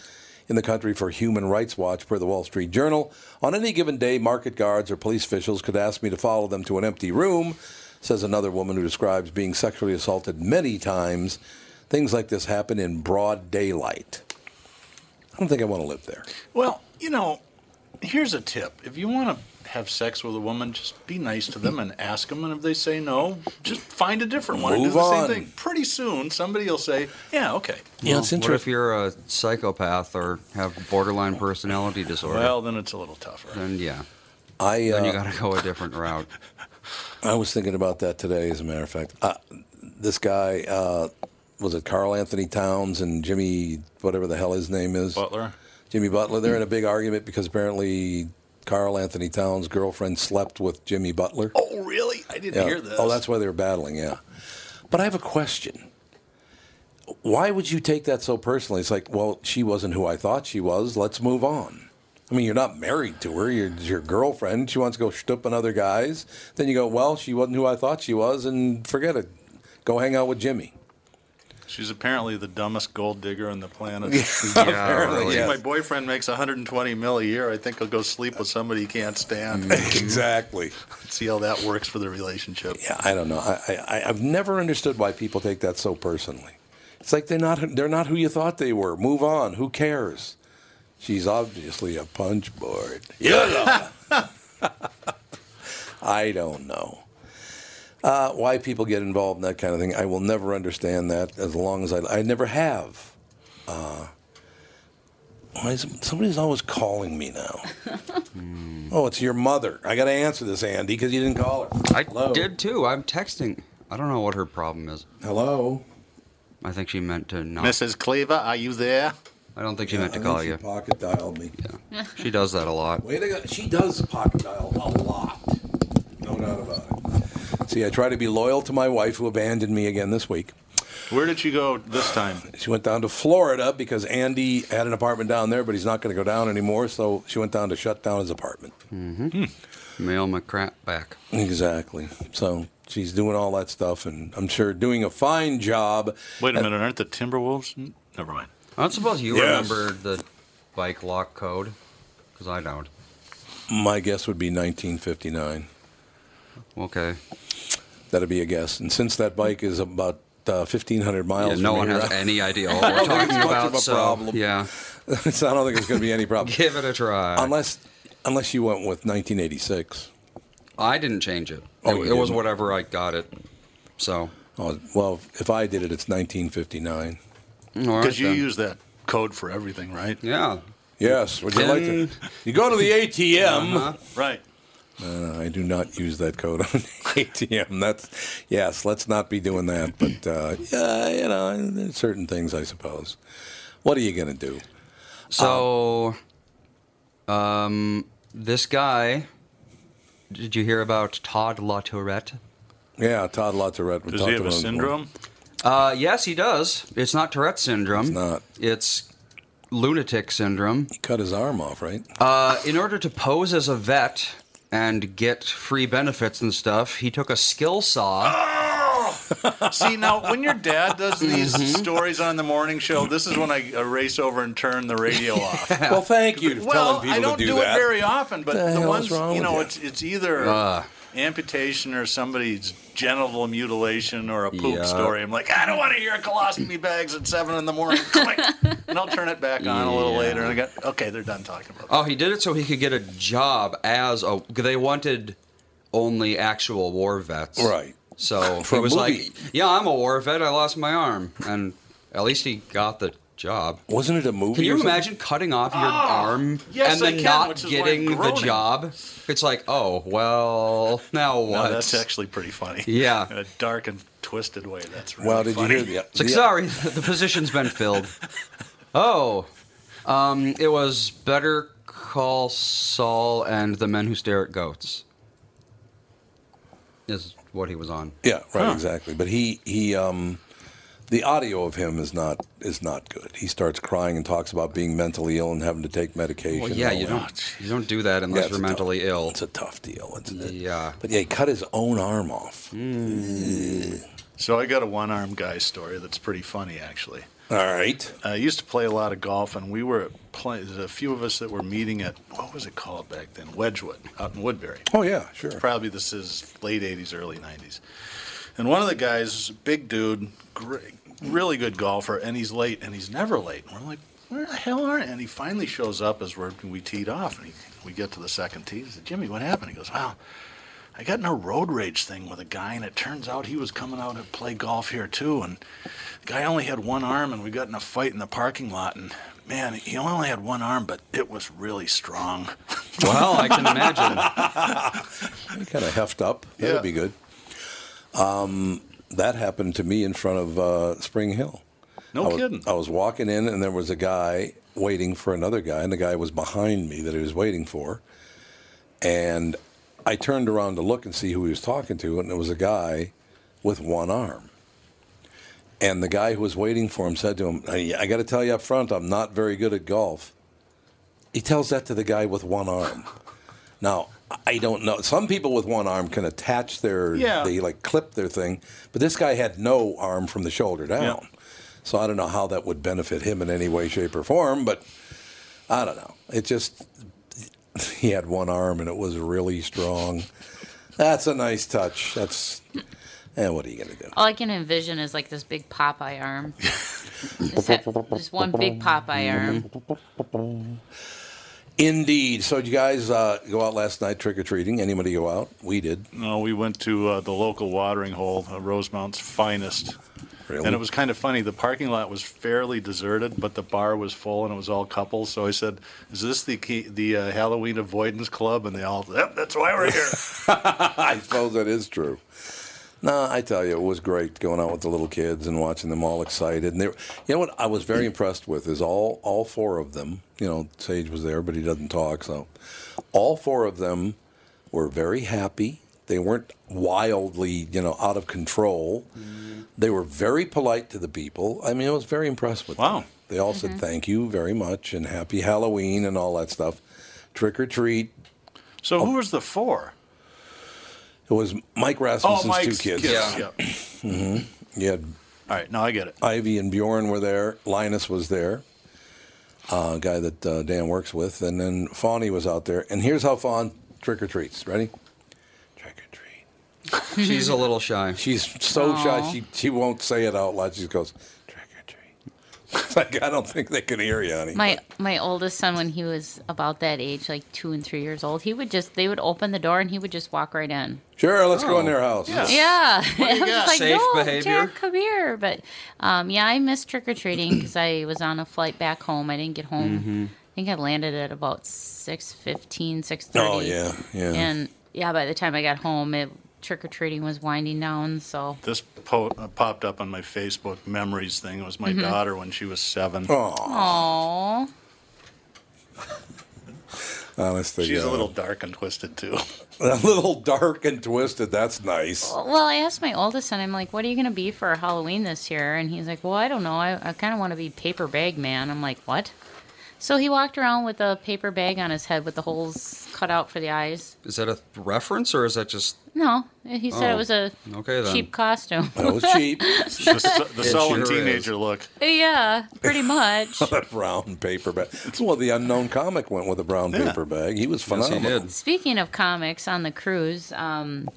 Speaker 2: in the country for Human Rights Watch, per the Wall Street Journal. On any given day, market guards or police officials could ask me to follow them to an empty room, says another woman who describes being sexually assaulted many times. Things like this happen in broad daylight. I don't think I want to live there.
Speaker 4: Well, you know, here's a tip. If you want to have sex with a woman, just be nice to them and ask them. And if they say no, just find a different one and do
Speaker 2: Move
Speaker 4: the
Speaker 2: on.
Speaker 4: same thing. Pretty soon, somebody will say, yeah, okay.
Speaker 2: Yeah, it's
Speaker 6: What if you're a psychopath or have borderline personality disorder?
Speaker 4: Well, then it's a little tougher.
Speaker 6: then yeah,
Speaker 2: I, uh,
Speaker 6: then you got to go a different
Speaker 2: *laughs*
Speaker 6: route.
Speaker 2: I was thinking about that today, as a matter of fact. Uh, this guy, uh, was it Carl Anthony Towns and Jimmy, whatever the hell his name is?
Speaker 4: Butler.
Speaker 2: Jimmy Butler. They're in a big argument because apparently Carl Anthony Towns' girlfriend slept with Jimmy Butler.
Speaker 4: Oh, really? I didn't
Speaker 2: Yeah.
Speaker 4: hear this.
Speaker 2: Oh, that's why they were battling, yeah. But I have a question. Why would you take that so personally? It's like, well, she wasn't who I thought she was. Let's move on. I mean, you're not married to her. You're it's your girlfriend. She wants to go shtupping other guys. Then you go, well, she wasn't who I thought she was, and forget it. Go hang out with Jimmy.
Speaker 4: She's apparently the dumbest gold digger on
Speaker 2: *laughs*
Speaker 4: the planet. *laughs*
Speaker 6: yeah,
Speaker 4: Apparently,
Speaker 6: really.
Speaker 4: my boyfriend makes 120 mil a year. I think he'll go sleep with somebody he can't stand.
Speaker 2: Exactly.
Speaker 4: *laughs* See how that works for the relationship.
Speaker 2: Mm. Yeah, I don't know. I, I, I- I've never understood why people take that so personally. It's like they're not they're not who you thought they were. Move on. Who cares? She's obviously a punch board. You know. *laughs* I don't know. Uh, why people get involved in that kind of thing, I will never understand that. As long as I, I never have. Uh, why is, somebody's always calling me now. oh, it's your mother. I got to answer this, Andy, because you didn't call her.
Speaker 6: I did too. I'm texting. I don't know what her problem is.
Speaker 2: Hello.
Speaker 6: I think she meant to not.
Speaker 4: Mrs. Cleaver, are you there?
Speaker 6: I don't think she meant to
Speaker 2: I
Speaker 6: call
Speaker 2: think
Speaker 6: you.
Speaker 2: She pocket dialed me.
Speaker 6: She does that a lot.
Speaker 2: Way to go. She does pocket dial a lot. No doubt about it. See, I try to be loyal to my wife, who abandoned me again this week.
Speaker 4: Where did she go this time?
Speaker 2: She went down to Florida because Andy had an apartment down there, but he's not going to go down anymore. So she went down to shut down his apartment.
Speaker 6: Hmm. Mail my crap back.
Speaker 2: Exactly. So she's doing all that stuff, and I'm sure doing a fine job.
Speaker 4: Uh, Wait a minute, aren't the Timberwolves? Never mind.
Speaker 6: I don't suppose you
Speaker 2: Yes.
Speaker 6: remember the bike lock code, because I don't.
Speaker 2: My guess would be 1959.
Speaker 6: Okay.
Speaker 2: That'd be a guess. And since that bike is about uh, 1,500
Speaker 6: Yeah,
Speaker 2: miles,
Speaker 6: no
Speaker 2: from
Speaker 6: one
Speaker 2: here, *laughs*
Speaker 6: has any idea what we're talking
Speaker 2: much
Speaker 6: about.
Speaker 2: of a
Speaker 6: so
Speaker 2: problem.
Speaker 6: yeah,
Speaker 2: so I don't think it's going to be any problem.
Speaker 6: give it a try.
Speaker 2: unless, unless you went with 1986.
Speaker 6: I didn't change it.
Speaker 2: Oh,
Speaker 6: it,
Speaker 2: you
Speaker 6: it was
Speaker 2: didn't.
Speaker 6: whatever I got it. So
Speaker 2: Oh, well, if I did it, it's 1959.
Speaker 6: all right
Speaker 4: Because you
Speaker 6: then.
Speaker 4: use that code for everything, right?
Speaker 6: yeah.
Speaker 2: Yes, would you like to? You go to the ATM.
Speaker 6: Uh-huh.
Speaker 4: Right.
Speaker 2: Uh, I do not use that code on *laughs* ATM. That's yes. Let's not be doing that. But uh, yeah, you know, there's certain things, I suppose. What are you going to do? Oh.
Speaker 6: So, um, this guy. Did you hear about Todd LaTourette?
Speaker 2: Yeah, Todd LaTourette. We
Speaker 4: Does
Speaker 2: talked
Speaker 4: he have a
Speaker 2: about him
Speaker 4: syndrome?
Speaker 6: Uh, yes, he does. It's not Tourette syndrome. It's
Speaker 2: not.
Speaker 6: It's lunatic syndrome.
Speaker 2: before. Cut his arm off, right?
Speaker 6: Uh, in order to pose as a vet and get free benefits and stuff, he took a skill saw.
Speaker 4: *laughs* See, now, when your dad does these stories on the morning show, this is when I uh, race over and turn the radio off.
Speaker 2: Well, thank you for
Speaker 4: well,
Speaker 2: telling people
Speaker 4: I don't
Speaker 2: to
Speaker 4: do,
Speaker 2: do,
Speaker 4: it
Speaker 2: that.
Speaker 4: very often, but
Speaker 2: The
Speaker 4: the,
Speaker 2: hell's
Speaker 4: ones,
Speaker 2: wrong
Speaker 4: you
Speaker 2: with
Speaker 4: know,
Speaker 2: you?
Speaker 4: it's it's either amputation or somebody's genital mutilation or a poop
Speaker 6: Yeah.
Speaker 4: story. I'm like, I don't want to hear colostomy bags at seven in the morning. Click, and I'll turn it back on a little
Speaker 6: Yeah.
Speaker 4: later. And I got okay, they're done talking about.
Speaker 6: Oh, he did it so he could get a job as a. They wanted only actual war vets,
Speaker 2: Right.
Speaker 4: *laughs*
Speaker 6: So
Speaker 2: For
Speaker 6: he
Speaker 2: a
Speaker 6: was
Speaker 2: movie.
Speaker 6: like, "Yeah, I'm a war vet. I lost my arm, and at least he got the job."
Speaker 2: Wasn't it a movie?
Speaker 6: Can
Speaker 2: or
Speaker 6: you
Speaker 2: something?
Speaker 6: imagine cutting off your arm
Speaker 4: Ah, yes,
Speaker 6: and
Speaker 4: I
Speaker 6: then
Speaker 4: can,
Speaker 6: not
Speaker 4: which is why I'm
Speaker 6: getting the
Speaker 4: groaning.
Speaker 6: job? It's like, oh well, now
Speaker 4: No,
Speaker 6: what?
Speaker 4: that's actually pretty funny.
Speaker 6: Yeah.
Speaker 4: in a dark and twisted way. That's really
Speaker 2: Well, did
Speaker 4: funny.
Speaker 2: you hear the?
Speaker 6: It's like,
Speaker 2: the-
Speaker 6: sorry, *laughs* the position's been filled. oh, um, it was Better Call Saul and the Men Who Stare at Goats. Is what he was on.
Speaker 2: Yeah, right, exactly. But he he um the audio of him is not is not good. He starts crying and talks about being mentally ill and having to take medication.
Speaker 6: Well,
Speaker 2: and
Speaker 6: yeah,
Speaker 2: all
Speaker 6: you
Speaker 2: that.
Speaker 6: don't you don't do that unless
Speaker 2: it's
Speaker 6: you're
Speaker 2: a tough-
Speaker 6: mentally ill.
Speaker 2: It's a tough deal, isn't it?
Speaker 6: Yeah. Mm.
Speaker 2: But yeah, he cut his own arm off.
Speaker 4: So I got a one-armed guy story that's pretty funny, actually.
Speaker 2: All right.
Speaker 4: I used to play a lot of golf, and we were at play, there's a few of us that were meeting at what was it called back then? Wedgwood out in Woodbury.
Speaker 2: Oh yeah, sure.
Speaker 4: Probably this is late '80s, early '90s. And one of the guys, big dude, great, really good golfer, and he's late, and he's never late. And we're like, where the hell are you? And he finally shows up as we're, we teed off, and he, we get to the second tee. He said, Jimmy, what happened? He goes, well, I got in a road rage thing with a guy, and it turns out he was coming out to play golf here too. And the guy only had one arm, and we got in a fight in the parking lot. And man, he only had one arm, but it was really strong.
Speaker 6: Well, I can imagine.
Speaker 2: Kind of heft up. That'd
Speaker 4: Yeah.
Speaker 2: be good. Um, that happened to me in front of uh, Spring Hill.
Speaker 4: No
Speaker 2: I was,
Speaker 4: kidding.
Speaker 2: I was walking in, and there was a guy waiting for another guy, and the guy was behind me that he was waiting for. And I turned around to look and see who he was talking to, and it was a guy with one arm. And the guy who was waiting for him said to him, I, I got to tell you up front, I'm not very good at golf. He tells that to the guy with one arm. Now, I don't know. Some people with one arm can attach their,
Speaker 4: Yeah.
Speaker 2: they like clip their thing, but this guy had no arm from the shoulder down.
Speaker 4: Yeah.
Speaker 2: So I don't know how that would benefit him in any way, shape, or form, but I don't know. It just, he had one arm and it was really strong. That's a nice touch. That's, and what are you going to do?
Speaker 5: All I can envision is like this big Popeye arm. just, that, just one big Popeye arm.
Speaker 2: Indeed. So, did you guys uh, go out last night trick or treating? Anybody go out? We did.
Speaker 4: No, we went to uh, the local watering hole, uh, Rosemount's finest.
Speaker 2: Really?
Speaker 4: And it was kind of funny. The parking lot was fairly deserted, but the bar was full and it was all couples. So I said, "Is this the key, the uh, Halloween avoidance club?" And they all, "Yep, that's why we're here."
Speaker 2: I suppose that is true. No, I tell you, it was great going out with the little kids and watching them all excited. And they, were- you know what I was very impressed with is all all four of them. You know, Sage was there, but he doesn't talk, so all four of them were very happy. They weren't wildly, you know, out of control. They were very polite to the people. I mean, I was very impressed with
Speaker 4: Wow.
Speaker 2: them. They all said thank you very much and happy Halloween and all that stuff. Trick or treat.
Speaker 4: so who was the four? Oh,
Speaker 2: It was Mike Rasmussen's two kids.
Speaker 6: kids. Yeah.
Speaker 4: Yep.
Speaker 2: You had
Speaker 4: All right, now I get it.
Speaker 2: Ivy and Bjorn were there. Linus was there, uh, a guy that uh, Dan works with. And then Fawny was out there. And here's how Fawn trick or treats. Ready? Trick or treat.
Speaker 6: She's a little shy.
Speaker 2: She's so shy,
Speaker 5: Aw.
Speaker 2: she, she won't say it out loud. She just goes, trick or treat. *laughs* It's like, I don't think they can hear you, honey.
Speaker 5: My my oldest son, when he was about that age, like two and three years old, he would just they would open the door and he would just walk right in.
Speaker 2: sure, let's go in their house.
Speaker 5: Oh. Yeah, *laughs* I was
Speaker 4: got?
Speaker 5: like,
Speaker 6: Safe
Speaker 5: no,
Speaker 6: behavior."
Speaker 5: Jack, come here. But um, yeah, I missed trick or treating because I was on a flight back home. I didn't get home. I think I landed at about 6.15, 6.30.
Speaker 2: Oh, yeah, yeah.
Speaker 5: And yeah, by the time I got home, it trick or treating was winding down. So
Speaker 4: This po- uh, popped up on my Facebook memories thing. It was my daughter when she was seven.
Speaker 2: Oh,
Speaker 5: oh,
Speaker 2: honestly.
Speaker 4: She's a little dark and twisted too.
Speaker 2: *laughs* a little dark and twisted. That's nice.
Speaker 5: well, I asked my oldest son, I'm like, "What are you gonna be for Halloween this year?" And he's like, "Well, I don't know. I, I kind of want to be paper bag man." I'm like, "What?" So he walked around with a paper bag on his head with the holes cut out for the eyes.
Speaker 6: Is that a th- reference or is that just
Speaker 5: No, he said
Speaker 6: Oh,
Speaker 5: it was a
Speaker 6: okay then?
Speaker 5: cheap costume. *laughs*
Speaker 2: That was cheap.
Speaker 4: the su- the
Speaker 6: It
Speaker 4: sullen
Speaker 6: sure is.
Speaker 4: teenager look.
Speaker 5: yeah, pretty much.
Speaker 2: that brown paper bag. That's what the unknown comic went with a brown paper bag. He was
Speaker 6: Yes, he
Speaker 2: phenomenal.
Speaker 6: did.
Speaker 5: Speaking of comics on the cruise, um,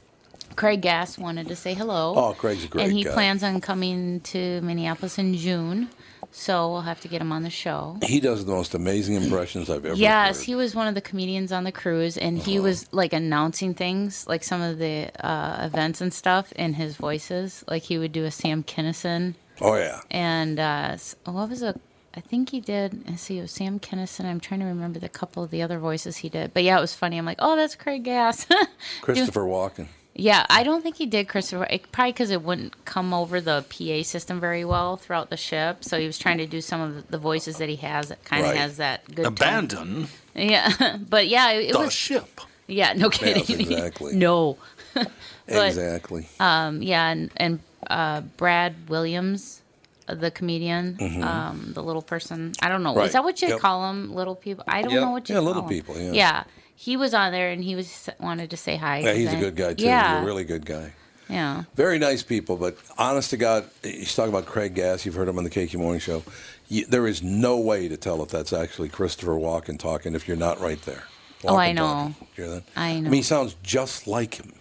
Speaker 5: Craig Gass wanted to say hello.
Speaker 2: Oh, Craig's a great
Speaker 5: And he
Speaker 2: guy.
Speaker 5: plans on coming to Minneapolis in June, so we'll have to get him on the show.
Speaker 2: He does the most amazing impressions I've ever
Speaker 5: Yes,
Speaker 2: heard. Uh-huh.
Speaker 5: he was one of the comedians on the cruise, and he was like announcing things, like some of the uh, events and stuff, in his voices. Like he would do a Sam Kinison.
Speaker 2: oh yeah.
Speaker 5: and uh, s- what was a I think he did. I see it was Sam Kinison. I'm trying to remember the couple of the other voices he did, but yeah, it was funny. I'm like, oh, that's Craig Gass. *laughs*
Speaker 2: Christopher Walken.
Speaker 5: yeah, I don't think he did Christopher. It, probably because it wouldn't come over the PA system very well throughout the ship, so he was trying to do some of the voices that he has. That kind of
Speaker 2: Right.
Speaker 5: has that good tone.
Speaker 4: Abandon
Speaker 5: Yeah, *laughs* but yeah, it, it
Speaker 4: the
Speaker 5: was.
Speaker 4: ship.
Speaker 5: Yeah, no kidding. *laughs*
Speaker 2: exactly.
Speaker 5: no. But-
Speaker 2: exactly.
Speaker 5: Yeah, and, and uh, Brad Williams, uh, the comedian, um, the little person. I don't know.
Speaker 2: Mm-hmm. Right.
Speaker 5: Is that what you
Speaker 2: Yep.
Speaker 5: call them? Little people? I don't
Speaker 6: Yep.
Speaker 5: know what you
Speaker 2: Yeah,
Speaker 5: call
Speaker 2: little
Speaker 5: 'em.
Speaker 2: people, yeah.
Speaker 5: He was on there and he was wanted to say hi.
Speaker 2: yeah, he's a
Speaker 5: then-
Speaker 2: good guy too.
Speaker 5: Yeah.
Speaker 2: He's a really good guy.
Speaker 5: yeah.
Speaker 2: Very nice people, but honest to God, he's talking about Craig Gass. You've heard him on the KQ Morning Show. You, there is no way to tell if that's actually Christopher Walken talking if you're not right there.
Speaker 5: Oh, I
Speaker 2: Walken
Speaker 5: know.
Speaker 2: talking. You hear that?
Speaker 5: I
Speaker 2: I
Speaker 5: know.
Speaker 2: mean, he sounds just like him.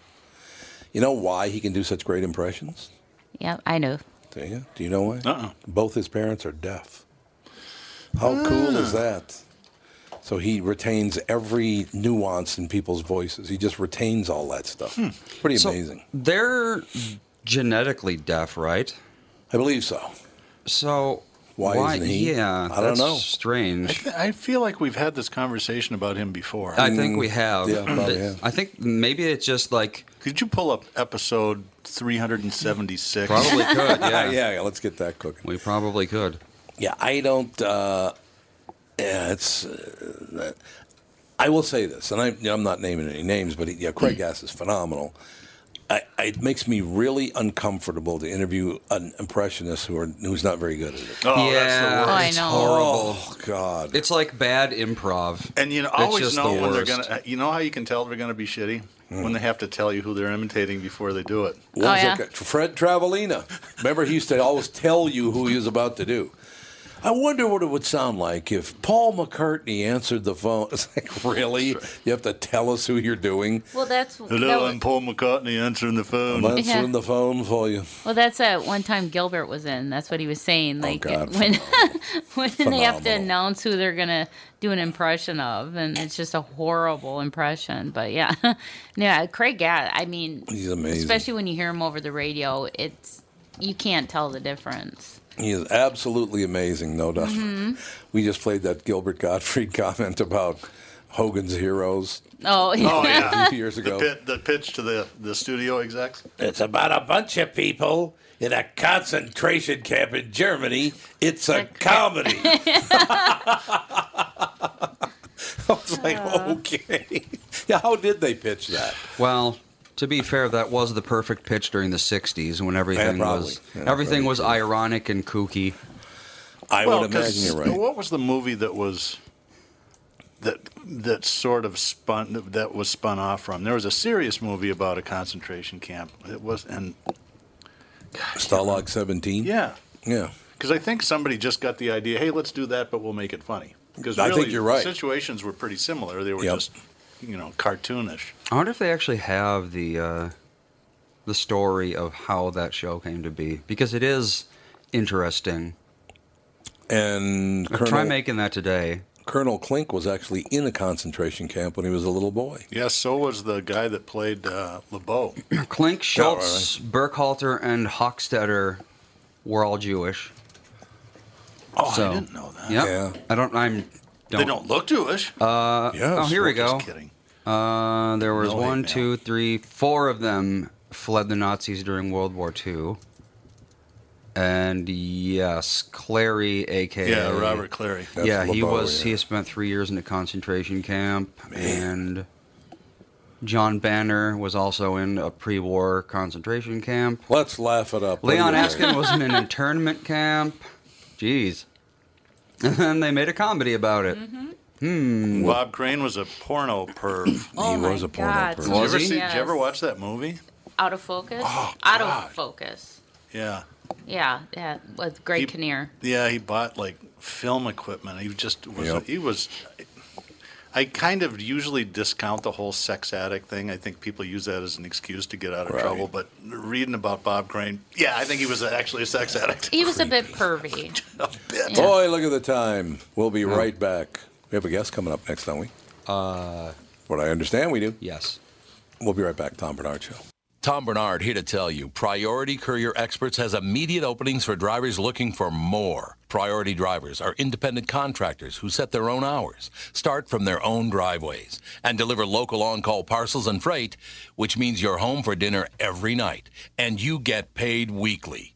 Speaker 2: You know why he can do such great impressions?
Speaker 5: Yeah, I know.
Speaker 2: Do you? Do you know why?
Speaker 4: Uh-uh.
Speaker 2: Both his parents are deaf. How cool
Speaker 6: Ah.
Speaker 2: is that? So he retains every nuance in people's voices. He just retains all that stuff. Pretty
Speaker 6: Hmm. So,
Speaker 2: amazing.
Speaker 6: They're genetically deaf, right?
Speaker 2: I believe so.
Speaker 6: So
Speaker 2: Why isn't he?
Speaker 6: Yeah,
Speaker 2: I don't
Speaker 6: that's
Speaker 2: know.
Speaker 4: I,
Speaker 6: Strange.
Speaker 4: th- I feel like we've had this conversation about him before.
Speaker 6: I think we have.
Speaker 2: Mm. Yeah, probably have.
Speaker 6: I think maybe it's
Speaker 2: *laughs*
Speaker 6: just like
Speaker 4: Could you pull up episode 376?
Speaker 6: probably could.
Speaker 2: Yeah,
Speaker 6: Yeah,
Speaker 2: *laughs* yeah, yeah, let's get that cooking.
Speaker 6: we probably could.
Speaker 2: Yeah, I don't. Uh, yeah, it's. Uh, I will say this, and I, you know, I'm not naming any names, but yeah,
Speaker 6: Hmm.
Speaker 2: Craig Gass is phenomenal. I, I, it makes me really uncomfortable to interview an impressionist who are, who's not very good at it.
Speaker 4: Oh,
Speaker 6: yeah,
Speaker 4: that's the worst.
Speaker 5: I
Speaker 6: it's
Speaker 5: know.
Speaker 6: horrible.
Speaker 2: Oh God!
Speaker 6: It's like bad improv.
Speaker 4: And you know,
Speaker 6: It's
Speaker 4: always
Speaker 6: just
Speaker 4: know
Speaker 6: the
Speaker 4: when they're
Speaker 6: worst. Mm.
Speaker 4: gonna. You know how you can tell they're gonna be shitty when they have to tell you who they're imitating before they do
Speaker 2: What
Speaker 4: it.
Speaker 2: was
Speaker 5: Oh,
Speaker 2: that
Speaker 5: yeah.
Speaker 2: guy? Fred Travelina. Remember, he used to always tell you who he was about to do. I wonder what it would sound like if Paul McCartney answered the phone. *laughs* It's like, really? You have to tell us who you're doing?
Speaker 5: Well, that's that
Speaker 4: Hello,
Speaker 5: was-
Speaker 4: I'm Paul McCartney answering the phone.
Speaker 2: I'm answering
Speaker 5: Yeah.
Speaker 2: the phone for you.
Speaker 5: well, that's at one time Gilbert was in. That's what he was saying. Like
Speaker 2: Oh, God,
Speaker 5: *laughs* when when they have to
Speaker 2: Phenomenal.
Speaker 5: announce who they're gonna do an impression of, and it's just a horrible impression. But yeah, *laughs* yeah, Craig Gatt. I mean,
Speaker 2: He's amazing.
Speaker 5: Especially when you hear him over the radio, it's you can't tell the difference.
Speaker 2: He is absolutely amazing, no doubt.
Speaker 5: Mm-hmm.
Speaker 2: We just played that Gilbert Gottfried *laughs* comment about Hogan's Heroes
Speaker 5: Oh,
Speaker 4: Oh
Speaker 5: *laughs*
Speaker 2: a
Speaker 4: yeah,
Speaker 2: few years
Speaker 4: the,
Speaker 2: ago.
Speaker 4: pit, the pitch to the the studio execs.
Speaker 2: It's about a bunch of people in a concentration camp in Germany. It's a
Speaker 5: *laughs*
Speaker 2: comedy. *laughs* I was like,
Speaker 5: Uh.
Speaker 2: okay. Yeah, how did they pitch that?
Speaker 6: Well, to be fair, that was the perfect pitch during the '60s when everything
Speaker 2: probably.
Speaker 6: was
Speaker 2: Yeah,
Speaker 6: everything
Speaker 2: probably.
Speaker 6: was ironic and kooky.
Speaker 2: I
Speaker 4: Well,
Speaker 2: would imagine
Speaker 4: 'cause
Speaker 2: you're right.
Speaker 4: What was the movie that was that that sort of spun that, that was spun off from? There was a serious movie about a concentration camp. It was and
Speaker 7: Stalag 17?
Speaker 4: Yeah.
Speaker 7: Yeah.
Speaker 4: Because I think somebody just got the idea, hey, let's do that, but we'll make it funny. Because
Speaker 7: I
Speaker 4: really,
Speaker 7: think you're right.
Speaker 4: The situations were pretty similar. They were
Speaker 7: Yep.
Speaker 4: just, you know, cartoonish.
Speaker 6: I wonder if they actually have the uh, the story of how that show came to be because it is interesting.
Speaker 7: And
Speaker 6: Try
Speaker 7: Colonel,
Speaker 6: making that today.
Speaker 7: Colonel Klink was actually in a concentration camp when he was a little boy.
Speaker 4: Yeah, so was the guy that played uh, LeBeau.
Speaker 6: Klink, Schultz, Burkhalter, and Hochstetter were all Jewish.
Speaker 4: Oh,
Speaker 6: So-
Speaker 4: I didn't know that.
Speaker 6: Yep.
Speaker 7: Yeah.
Speaker 6: I don't. I'm. Don't.
Speaker 4: They don't look Jewish.
Speaker 7: yes.
Speaker 6: Oh, here we go.
Speaker 4: Just kidding.
Speaker 6: Uh, there was
Speaker 4: No hate
Speaker 6: one,
Speaker 4: mail.
Speaker 6: two, three, four of them fled the Nazis during World War II. And yes, Clary, aka
Speaker 4: Yeah, Robert Clary.
Speaker 7: That's
Speaker 6: yeah, he
Speaker 7: LeBeau,
Speaker 6: was.
Speaker 7: yeah.
Speaker 6: He spent three years in a concentration camp, and John Banner was also in a pre-war concentration camp.
Speaker 7: Let's laugh it up.
Speaker 6: Leon
Speaker 7: What do you
Speaker 6: Askin was in an internment camp. Jeez. *laughs* And then they made a comedy about it.
Speaker 7: Mm-hmm.
Speaker 4: Bob Crane was a porno perv.
Speaker 5: Oh my
Speaker 7: was a porno
Speaker 5: God.
Speaker 7: person.
Speaker 5: Did
Speaker 4: you, ever
Speaker 6: he?
Speaker 4: see, did you ever
Speaker 5: Yes.
Speaker 4: watch that movie?
Speaker 5: Out of focus.
Speaker 2: Oh,
Speaker 5: Out of focus.
Speaker 4: Yeah.
Speaker 5: Yeah, yeah, with Greg
Speaker 4: He-
Speaker 5: Kinnear.
Speaker 4: Yeah, he bought like film equipment. He just was.
Speaker 7: Yep.
Speaker 4: He was. I kind of usually discount the whole sex addict thing. I think people use that as an excuse to get out of
Speaker 7: Right.
Speaker 4: trouble. But reading about Bob Crane, yeah, I think he was actually a sex addict. *laughs*
Speaker 5: He was a bit pervy.
Speaker 4: a bit.
Speaker 7: got? Boy, look at the time. We'll be right back. We have a guest coming up next, don't we? Uh, what I understand, we do.
Speaker 6: Yes.
Speaker 7: We'll be right back. Tom Bernard Show.
Speaker 2: Tom Bernard here to tell you Priority Courier Experts has immediate openings for drivers looking for more. Priority drivers are independent contractors who set their own hours, start from their own driveways, and deliver local on call parcels and freight, which means you're home for dinner every night and you get paid weekly.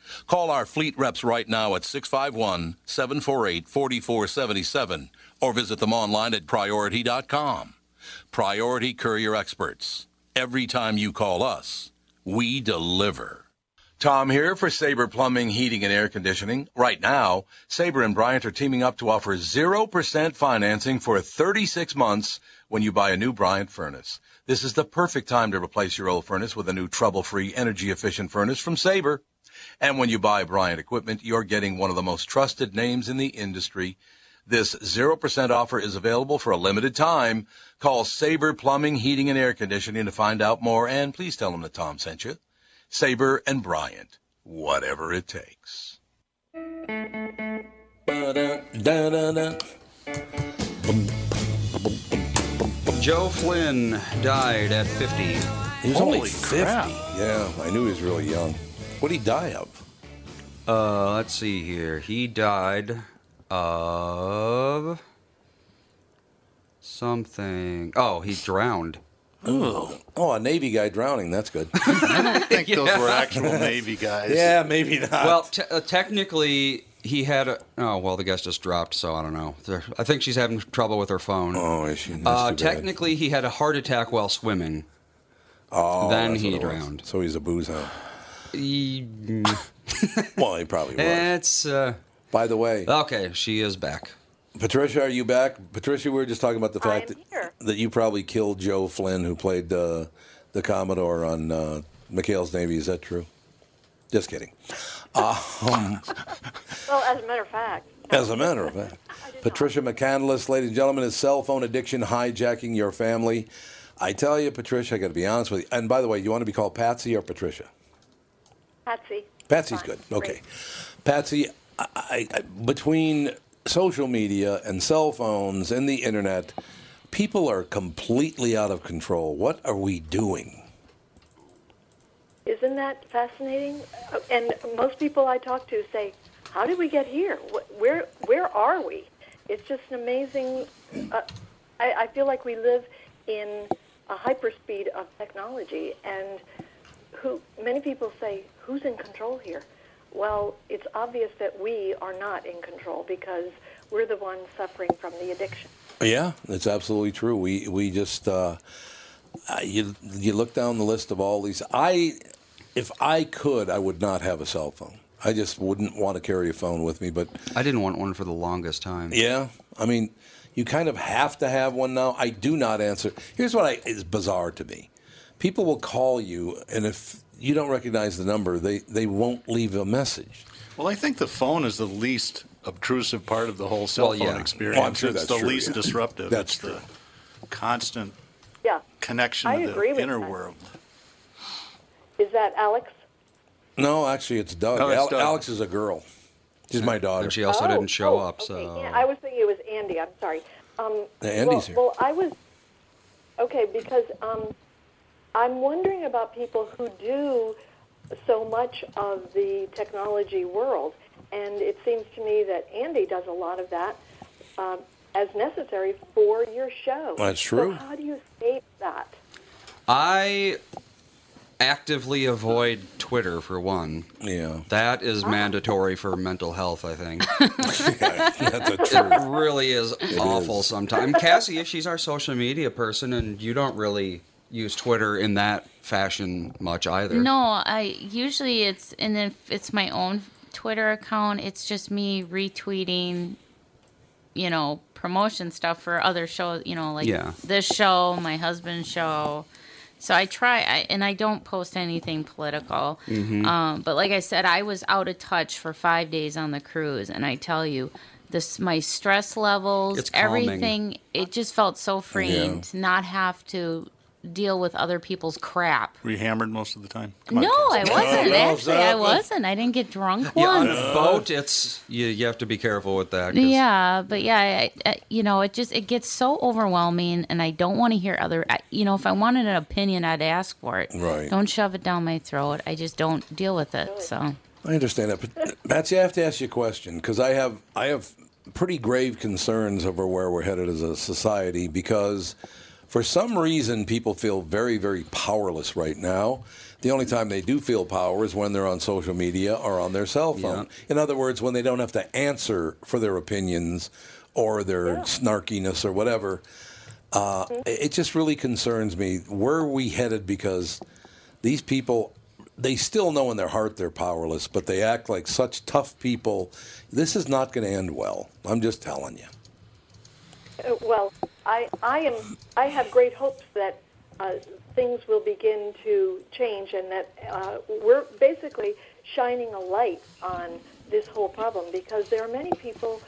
Speaker 2: Call our fleet reps right now at 651 748 4477 or visit them online at priority.com. Priority Courier Experts. Every time you call us, we deliver. Tom here for Sabre Plumbing, Heating, and Air Conditioning. Right now, Sabre and Bryant are teaming up to offer 0% financing for 36 months when you buy a new Bryant furnace. This is the perfect time to replace your old furnace with a new trouble free, energy efficient furnace from Sabre. And when you buy Bryant equipment, you're getting one of the most trusted names in the industry. This 0% offer is available for a limited time. Call Sabre Plumbing, Heating, and Air Conditioning to find out more, and please tell them that Tom sent you. Sabre and Bryant, whatever it takes.
Speaker 7: Ba-da-da-da-da.
Speaker 6: Joe Flynn died at 50.
Speaker 7: He was
Speaker 4: Holy
Speaker 7: only 50.
Speaker 4: crap.
Speaker 7: Yeah, I knew he was really young. What'd he die of?
Speaker 6: Uh, let's see here. He died of something. Oh, he drowned.
Speaker 7: Oh, a Navy guy drowning. That's good.
Speaker 4: I think those were actual Navy guys.
Speaker 7: *laughs* yeah, maybe not.
Speaker 6: Well, te- uh, technically, he had a. Oh, well, the guest just dropped, so I don't know. There- I think she's having trouble with her phone.
Speaker 7: oh, is she? That's
Speaker 6: uh,
Speaker 7: too bad.
Speaker 6: technically, he had a heart attack while swimming.
Speaker 7: Oh,
Speaker 6: then
Speaker 7: that's
Speaker 6: he
Speaker 7: what it was.
Speaker 6: drowned.
Speaker 7: So he's a booze hound.
Speaker 6: He-
Speaker 7: Well, he probably was.
Speaker 6: It's. Uh,
Speaker 7: By the way,
Speaker 6: okay, she is back.
Speaker 7: Patricia, are you back? Patricia, we were just talking about the fact
Speaker 9: I'm
Speaker 7: that,
Speaker 9: here.
Speaker 7: that you probably killed Joe Flynn, who played uh, the Commodore on uh, McHale's Navy. Is that true? Just kidding.
Speaker 9: Well, as a matter of fact,
Speaker 7: As a matter of
Speaker 9: *laughs*
Speaker 7: fact, Patricia McCandless, ladies and gentlemen, is cell phone addiction hijacking your family. I tell you, Patricia, I got to be honest with you. And by the way, you want to be called Patsy or Patricia?
Speaker 9: Patsy.
Speaker 7: Patsy's
Speaker 9: Fine.
Speaker 7: good. Okay. Patsy, I, I, I- between social media and cell phones and the internet, people are completely out of control. What are we doing?
Speaker 9: Great. Isn't that fascinating? Uh, And most people I talk to say, "How did we get here? Wh- Where where are we?" It's just an amazing. Uh, I, I feel like we live in a hyperspeed of technology, and who many people say, "Who's in control here?" Well, it's obvious that we are not in control because we're the ones suffering from the addiction.
Speaker 2: Yeah, that's absolutely true. We we just uh, uh, you you look down the list of all these. I if I could, I would not have a cell phone. I just wouldn't want to carry a phone with me. But
Speaker 6: I didn't want one for the longest time.
Speaker 2: yeah, I mean, you kind of have to have one now. I do not answer. Here's what I, is bizarre to me: people will call you, and if you don't recognize the number, they they won't leave a message.
Speaker 4: Well, I think the phone is the least obtrusive part of the whole cell
Speaker 6: Well,
Speaker 4: phone
Speaker 6: yeah.
Speaker 4: experience.
Speaker 2: Oh, I'm sure
Speaker 4: it's
Speaker 2: that's
Speaker 4: the
Speaker 2: true,
Speaker 4: least
Speaker 2: yeah.
Speaker 4: disruptive.
Speaker 2: That's
Speaker 4: it's the constant
Speaker 9: Yeah.
Speaker 4: connection
Speaker 9: I
Speaker 4: to the
Speaker 9: agree with
Speaker 4: inner
Speaker 9: that.
Speaker 4: world.
Speaker 9: Is that Alex?
Speaker 2: No, actually, it's Doug.
Speaker 4: Oh, it's
Speaker 2: Al-
Speaker 4: Doug.
Speaker 2: Alex is a girl. She's my daughter.
Speaker 6: And she also didn't show
Speaker 9: oh,
Speaker 6: up,
Speaker 9: okay.
Speaker 6: so
Speaker 9: Yeah, I was thinking it was Andy. I'm sorry. Um,
Speaker 2: Yeah, Andy's
Speaker 9: well,
Speaker 2: here.
Speaker 9: Well, I was okay because um, I'm wondering about people who do so much of the technology world, and it seems to me that Andy does a lot of that um, as necessary for your show.
Speaker 2: That's
Speaker 9: So
Speaker 2: true.
Speaker 9: how do you escape that?
Speaker 6: I actively avoid Twitter for one.
Speaker 2: yeah, *laughs*
Speaker 6: That
Speaker 5: Ah.
Speaker 6: is mandatory for mental health,
Speaker 5: *laughs*
Speaker 6: I think.
Speaker 2: that's a
Speaker 6: it
Speaker 2: truth.
Speaker 6: really is awful
Speaker 2: is.
Speaker 6: sometimes. Cassie, if she's our social media person, and you don't really use Twitter in that fashion much either.
Speaker 5: No, I usually it's and then if it's my own Twitter account. It's just me retweeting, you know, promotion stuff for other shows. You know, like
Speaker 6: Yeah.
Speaker 5: this show, my husband's show. So I try, I, and I don't post anything political.
Speaker 6: Mm-hmm.
Speaker 5: Um, but like I said, I was out of touch for five days on the cruise, and I tell you, this my stress levels,
Speaker 6: It's calming.
Speaker 5: everything. It just felt so freeing
Speaker 2: Yeah.
Speaker 5: to not have to deal with other people's crap.
Speaker 4: Were you hammered most of the time? Come on,
Speaker 5: No, I
Speaker 4: Cassie.
Speaker 5: wasn't.
Speaker 2: no,
Speaker 5: Actually, I
Speaker 2: Zach.
Speaker 5: wasn't. I didn't get drunk
Speaker 6: Yeah, on
Speaker 5: once.
Speaker 6: a boat, it's you, you have to be careful with that. 'cause
Speaker 5: Yeah, but yeah, I, I, you know, it just it gets so overwhelming, and I don't want to hear other. I- You know, if I wanted an opinion, I'd ask for it.
Speaker 2: Right.
Speaker 5: Don't shove it down my throat. I just don't deal with it. So
Speaker 2: I understand that, but Patsy, I have to ask you a question because I have I have pretty grave concerns over where we're headed as a society because for some reason people feel very very powerless right now. The only time they do feel power is when they're on social media or on their cell phone. In other words, when they don't have to answer for their opinions or their snarkiness or whatever. Uh, it it just really concerns me. Where are we headed? Because these people they still know in their heart they're powerless but they act like such tough people this is not going to end well i'm just telling you
Speaker 9: Uh, well, I, I am. I have great hopes that uh, things will begin to change, and that uh, we're basically shining a light on this whole problem because there are many people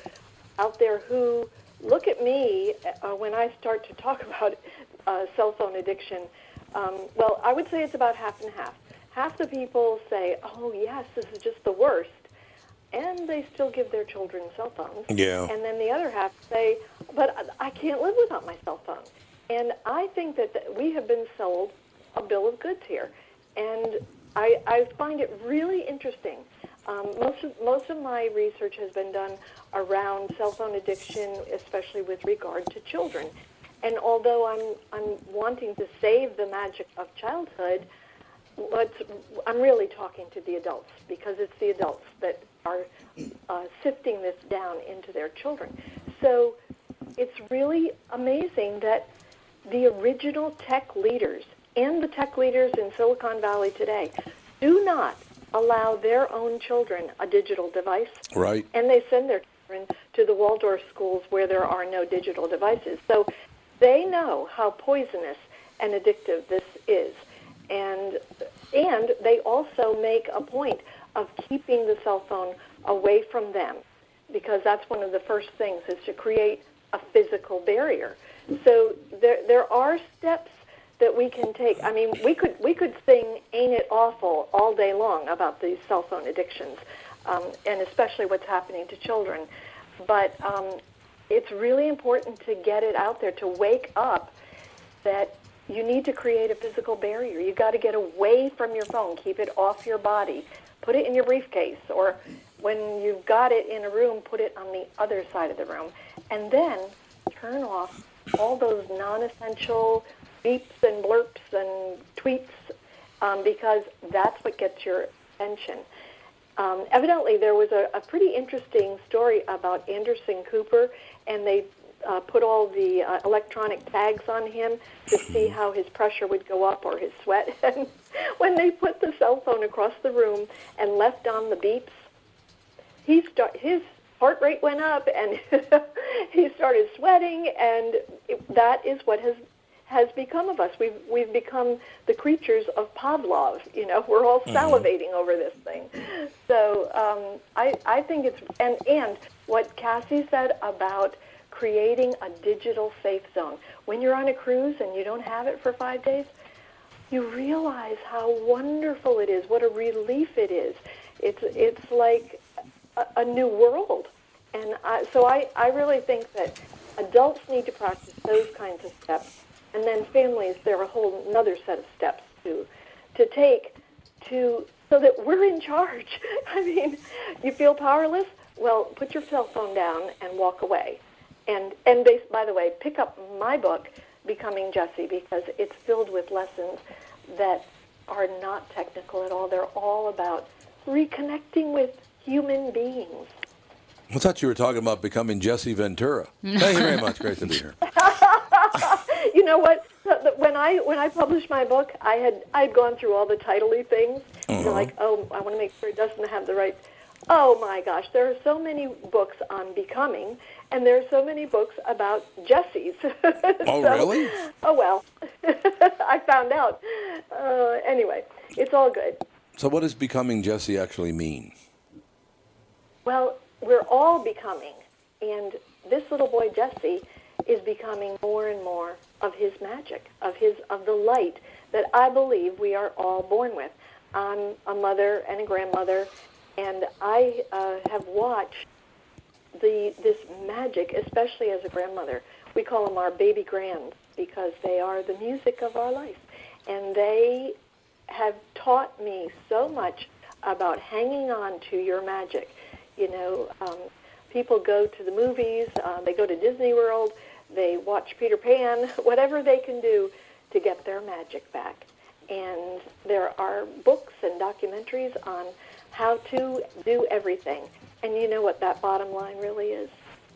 Speaker 9: out there who look at me uh, when I start to talk *laughs* about uh, cell phone addiction. Um, well, I would say it's about half and half. Half the people say, "Oh yes, this is just the worst," and they still give their children cell phones.
Speaker 2: Yeah.
Speaker 9: And then the other half say, but I- I can't live without my cell phone. And I think that th- we have been sold a bill of goods here. And I, I find it really interesting. Um, most, of, most of my research has been done around cell phone addiction, especially with regard to children. And although I'm, I'm wanting to save the magic of childhood, what's, I'm really talking to the adults because it's the adults that are uh, sifting this down into their children. So it's really amazing that the original tech leaders and the tech leaders in Silicon Valley today do not allow their own children a digital device.
Speaker 2: Right.
Speaker 9: And they send their children to the Waldorf schools where there are no digital devices. So they know how poisonous and addictive this is. And and they also make a point of keeping the cell phone away from them because that's one of the first things is to create a physical barrier. So there there are steps that we can take. I mean, we could we could sing "Ain't It Awful" all day long about these cell phone addictions, um, and especially what's happening to children. But um, it's really important to get it out there to wake up that you need to create a physical barrier. You got to get away from your phone, keep it off your body, put it in your briefcase, or when you've got it in a room, put it on the other side of the room, and then turn off all those non-essential beeps and blurps and tweets um, because that's what gets your attention. Um, evidently, there was a, a pretty interesting story about Anderson Cooper, and they uh, put all the uh, electronic tags on him to see how his pressure would go up or his sweat. *laughs* And when they put the cell phone across the room and left on the beeps, he start, his heart rate went up and *laughs* he started sweating and it, that is what has has become of us we've we've become the creatures of pavlov you know we're all salivating over this thing so um, i i think it's and and what cassie said about creating a digital safe zone when you're on a cruise and you don't have it for five days you realize how wonderful it is what a relief it is it's it's like a, a new world. And I, so I, I really think that adults need to practice those kinds of steps. And then families, there are a whole another set of steps to, to take to, so that we're in charge. *laughs* I mean, you feel powerless? Well, put your cell phone down and walk away. And, and bas by the way, pick up my book, Becoming Jesse, because it's filled with lessons that are not technical at all. They're all about reconnecting with human beings.
Speaker 2: I thought you were talking about becoming Jesse Ventura. Thank you very much. Great to be here.
Speaker 9: you know what? The- the- When I when I published my book, I had I had gone through all the titley things.
Speaker 2: Uh-huh.
Speaker 9: You're like, oh, I want to make sure it doesn't have the right. Oh my gosh, there are so many books on becoming, and there are so many books about Jessies. *laughs*
Speaker 2: Oh,
Speaker 9: So-
Speaker 2: really?
Speaker 9: Oh well, *laughs* I found out. Uh, anyway, it's all good.
Speaker 2: So, what does becoming Jesse actually mean?
Speaker 9: Well, we're all becoming, and this little boy Jesse is becoming more and more of his magic, of his of the light that I believe we are all born with. I'm a mother and a grandmother, and I uh, have watched the this magic, especially as a grandmother. We call them our baby grands because they are the music of our life, and they have taught me so much about hanging on to your magic. You know, um, people go to the movies, uh, they go to Disney World, they watch Peter Pan, *laughs* whatever they can do to get their magic back. And there are books and documentaries on how to do everything. And you know what that bottom line really is?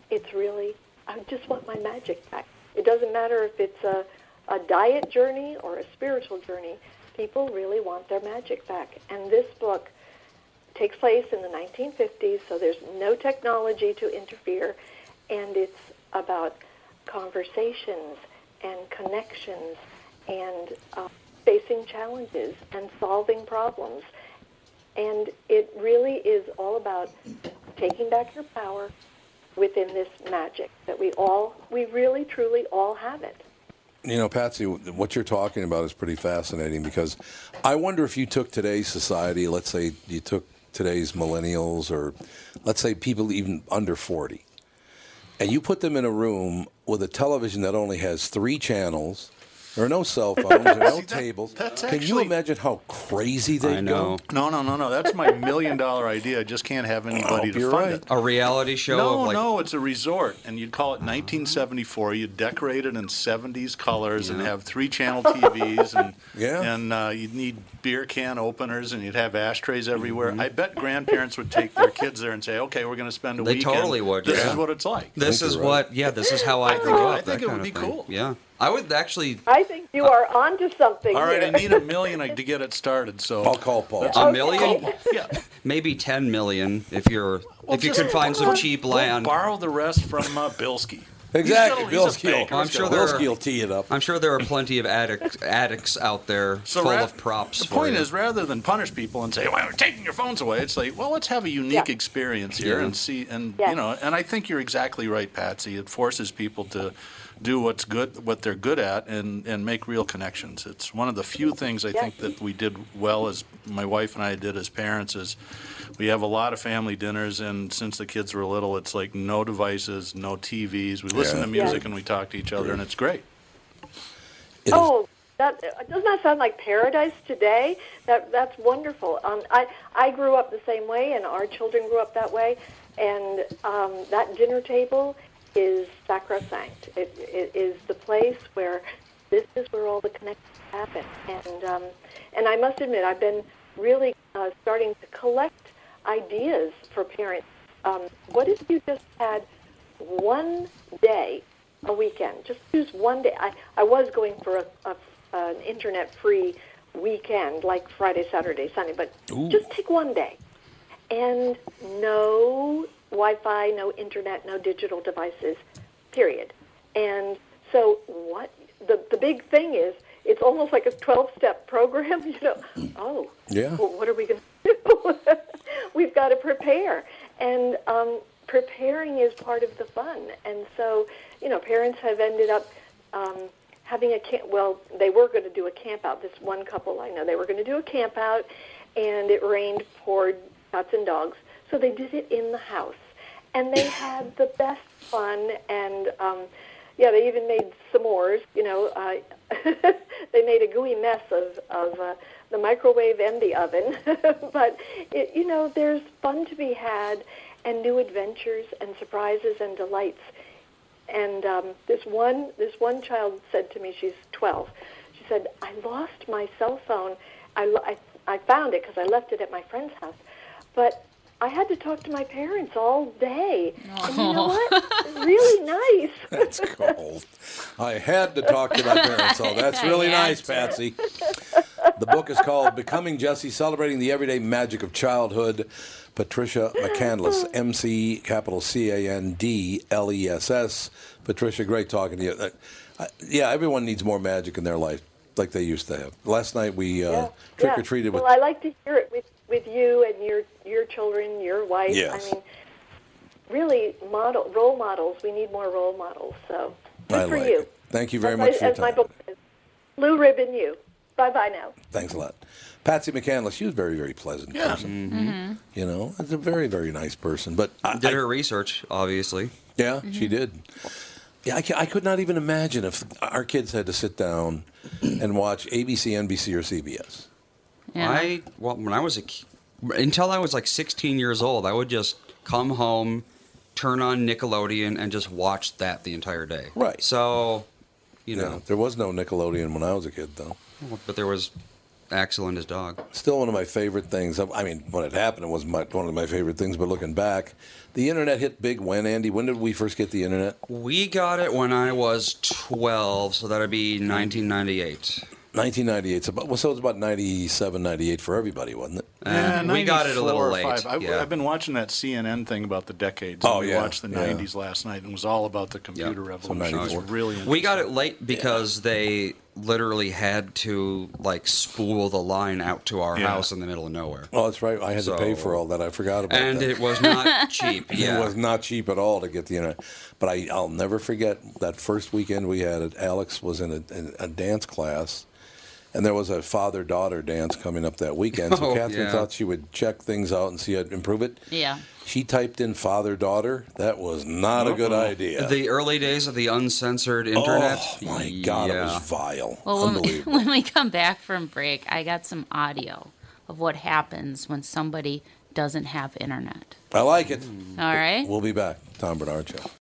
Speaker 9: It's really, I just want my magic back. It doesn't matter if it's a, a diet journey or a spiritual journey, people really want their magic back. And this book takes place in the 1950s, so there's no technology to interfere, and it's about conversations and connections and uh, facing challenges and solving problems. And it really is all about taking back your power within this magic that we all, we really truly all have it.
Speaker 2: You know, Patsy, what you're talking about is pretty fascinating because I wonder if you took today's society, let's say you took today's millennials or let's say people even under 40, and you put them in a room with a television that only has three channels. There are no
Speaker 4: *laughs*
Speaker 2: cell phones, there are no tables.
Speaker 4: that's
Speaker 2: Can you
Speaker 4: actually-
Speaker 2: imagine how crazy they
Speaker 6: I
Speaker 2: go?
Speaker 6: know.
Speaker 4: No, no, no, no. That's my million dollar idea. I just can't have
Speaker 6: Oh,
Speaker 4: anybody to
Speaker 2: you're
Speaker 4: fund
Speaker 2: right.
Speaker 4: it.
Speaker 6: A reality show
Speaker 4: No,
Speaker 6: of like
Speaker 4: no, it's a resort, and you'd call it 1974. You'd decorate it in 70s colors and have three channel TVs,
Speaker 6: *laughs*
Speaker 4: and
Speaker 2: Yeah.
Speaker 4: and uh, you'd need beer can openers, and you'd have ashtrays everywhere.
Speaker 6: Mm-hmm.
Speaker 4: I bet grandparents would take their kids there and say, "Okay, we're going to spend a
Speaker 6: They
Speaker 4: weekend.
Speaker 6: totally would,
Speaker 4: This
Speaker 6: yeah.
Speaker 4: is what it's like."
Speaker 6: this
Speaker 2: think
Speaker 6: is
Speaker 2: you're
Speaker 6: what yeah, this is how I,
Speaker 4: think-
Speaker 6: grew
Speaker 4: I think
Speaker 6: up. that
Speaker 4: it would
Speaker 6: kind of
Speaker 4: be
Speaker 6: thing.
Speaker 4: cool.
Speaker 6: Yeah. I would actually
Speaker 9: I think you are onto something.
Speaker 4: All right, I
Speaker 9: here.
Speaker 4: need a million to get it started. So
Speaker 2: I'll call Paul.
Speaker 6: a million
Speaker 4: Yeah.
Speaker 6: maybe 10 million if you're
Speaker 4: Well,
Speaker 6: if you
Speaker 4: just
Speaker 6: could find some
Speaker 4: borrow-
Speaker 6: cheap
Speaker 4: we'll
Speaker 6: land.
Speaker 4: Borrow the rest from uh, Bilski.
Speaker 2: Exactly.
Speaker 4: He's a-
Speaker 2: Bill
Speaker 4: he's a
Speaker 2: Skeel.
Speaker 4: banker.
Speaker 6: I'm
Speaker 2: Bill
Speaker 6: sure there are-
Speaker 2: Skeel tee it up.
Speaker 6: I'm sure there are plenty of addicts addicts out there full
Speaker 4: ra-
Speaker 6: of props.
Speaker 4: The
Speaker 6: for
Speaker 4: point
Speaker 6: you.
Speaker 4: is, rather than punish people and say, "Well, we're taking your phones away," it's like, "Well, let's have a unique
Speaker 9: Yeah.
Speaker 4: experience here
Speaker 6: Yeah.
Speaker 4: and see." And
Speaker 9: Yeah.
Speaker 4: you know, and I think you're exactly right, Patsy. It forces people to do what's good, what they're good at, and and make real connections. It's one of the few things I
Speaker 9: Yeah.
Speaker 4: think that we did well as my wife and I did as parents is we have a lot of family dinners, and since the kids were little, it's like no devices, no TVs. We listen
Speaker 2: Yeah.
Speaker 4: to music and we talk to each other, and it's great.
Speaker 2: It is-
Speaker 9: Oh, that doesn't that sound like paradise today? That that's wonderful. Um, I I grew up the same way, and our children grew up that way, and um, that dinner table is sacrosanct. It, it is the place where this is where all the connections happen. And um, and I must admit, I've been really uh, starting to collect ideas for parents. Um, what if you just had one day a weekend? Just choose one day. I, I was going for a, a, an internet free weekend, like Friday, Saturday, Sunday, but just take one day. And no Wi Fi, no internet, no digital devices, period. And so, what the, the big thing is, it's almost like a 12 step program. *laughs* You know, oh,
Speaker 2: Yeah.
Speaker 9: well, what are we going to do? We've got to prepare. And um, preparing is part of the fun. And so, you know, parents have ended up um, having a camp. Well, they were going to do a camp out. This one couple I know, they were going to do a camp out, and it rained, poured cats and dogs. So they did it in the house. And they had the best fun. And um, yeah, they even made s'mores. You know, uh, *laughs* they made a gooey mess of, of uh, the microwave and the oven. *laughs* but, it, you know, there's fun to be had and new adventures and surprises and delights. And um, this one this one child said to me, she's 12. She said, "I lost my cell phone. I lo- I, I found it because I left it at my friend's house, but I had to talk to my parents all day. And you know what? It's *laughs* really nice.
Speaker 2: That's cold. I had to talk to my parents, so
Speaker 9: *laughs*
Speaker 2: that's really
Speaker 5: Yeah.
Speaker 2: nice, Patsy. The book is called Becoming Jesse Celebrating the Everyday Magic of Childhood. Patricia McCandless, M C capital C A N D L E S S. Patricia, great talking to you. Uh, I- yeah, everyone needs more magic in their life like they used to have. Last night we uh,
Speaker 9: Yeah,
Speaker 2: trick
Speaker 9: yeah.
Speaker 2: or treated with.
Speaker 9: Well, I like to hear it with with you and your your children, your wife.
Speaker 2: Yes.
Speaker 9: I mean, really, model role models. We need more role models. So good
Speaker 2: I
Speaker 9: for
Speaker 2: like
Speaker 9: you.
Speaker 2: it. Thank you very
Speaker 9: as
Speaker 2: much
Speaker 9: I,
Speaker 2: for your
Speaker 9: as my
Speaker 2: time.
Speaker 9: book says, blue ribbon you. Bye bye now.
Speaker 2: Thanks a lot. Patsy McCandless, she was a very, very pleasant
Speaker 4: Yeah.
Speaker 2: person. Mm-hmm. You know, it's a very, very nice person. But I,
Speaker 6: Mm-hmm. Did
Speaker 2: I-
Speaker 6: her Mm-hmm. research, obviously.
Speaker 2: Yeah, she did. Yeah, I, ca- I could not even imagine if our kids had to sit down and watch ABC, NBC, or CBS.
Speaker 5: *laughs* Yeah.
Speaker 6: I well, when I was a ki- until I was like 16 years old, I would just come home, turn on Nickelodeon, and just watch that the entire day.
Speaker 2: Right.
Speaker 6: So, you
Speaker 2: You
Speaker 6: know,
Speaker 2: know, there was no Nickelodeon when I was a kid, though.
Speaker 6: but there was Axel and his dog.
Speaker 2: Still one of my favorite things. I mean, when it happened, it was my, one of my favorite things. But looking back, the internet hit big when, Andy? When did we first get the internet?
Speaker 6: We got it when I was 12, so that'd be 1998.
Speaker 2: 1998. So, about, well, so it was about 97, 98 for everybody, wasn't it?
Speaker 4: Yeah,
Speaker 6: Uh, we got it a
Speaker 4: 94
Speaker 6: little
Speaker 4: or
Speaker 6: late,
Speaker 4: five. I,
Speaker 6: yeah.
Speaker 4: I've been watching that CNN thing about the decades.
Speaker 2: Oh,
Speaker 4: we
Speaker 2: yeah,
Speaker 4: watched the
Speaker 2: yeah.
Speaker 4: 90s last night and it was all about the computer
Speaker 6: Yeah.
Speaker 4: revolution. It
Speaker 2: 94.
Speaker 4: was really
Speaker 6: We got it
Speaker 4: interesting.
Speaker 6: late because they literally had to like spool the line out to our
Speaker 4: Yeah.
Speaker 6: house in the middle of nowhere.
Speaker 2: Oh, that's right. I had to pay
Speaker 6: So-
Speaker 2: for all that. I forgot about
Speaker 6: And
Speaker 2: that.
Speaker 6: it was not cheap.
Speaker 2: *laughs*
Speaker 6: Yeah.
Speaker 2: It was not cheap at all to get the internet. But I, I'll never forget that first weekend we had it. Alex was in a, in a dance class, and there was a father daughter dance coming up that weekend. So
Speaker 6: *laughs* Oh,
Speaker 2: Catherine
Speaker 6: yeah.
Speaker 2: thought she would check things out and see how to improve it.
Speaker 5: yeah.
Speaker 2: She typed in father daughter. That was not a good idea.
Speaker 6: The early days of the uncensored internet.
Speaker 2: Oh my God, it
Speaker 6: Yeah.
Speaker 2: was vile.
Speaker 5: Well, when we,
Speaker 2: Unbelievable.
Speaker 5: *laughs* when we come back from break, I got some audio of what happens when somebody doesn't have internet.
Speaker 2: I like it.
Speaker 5: *laughs* All right.
Speaker 2: We'll be back. Tom Bernard Show.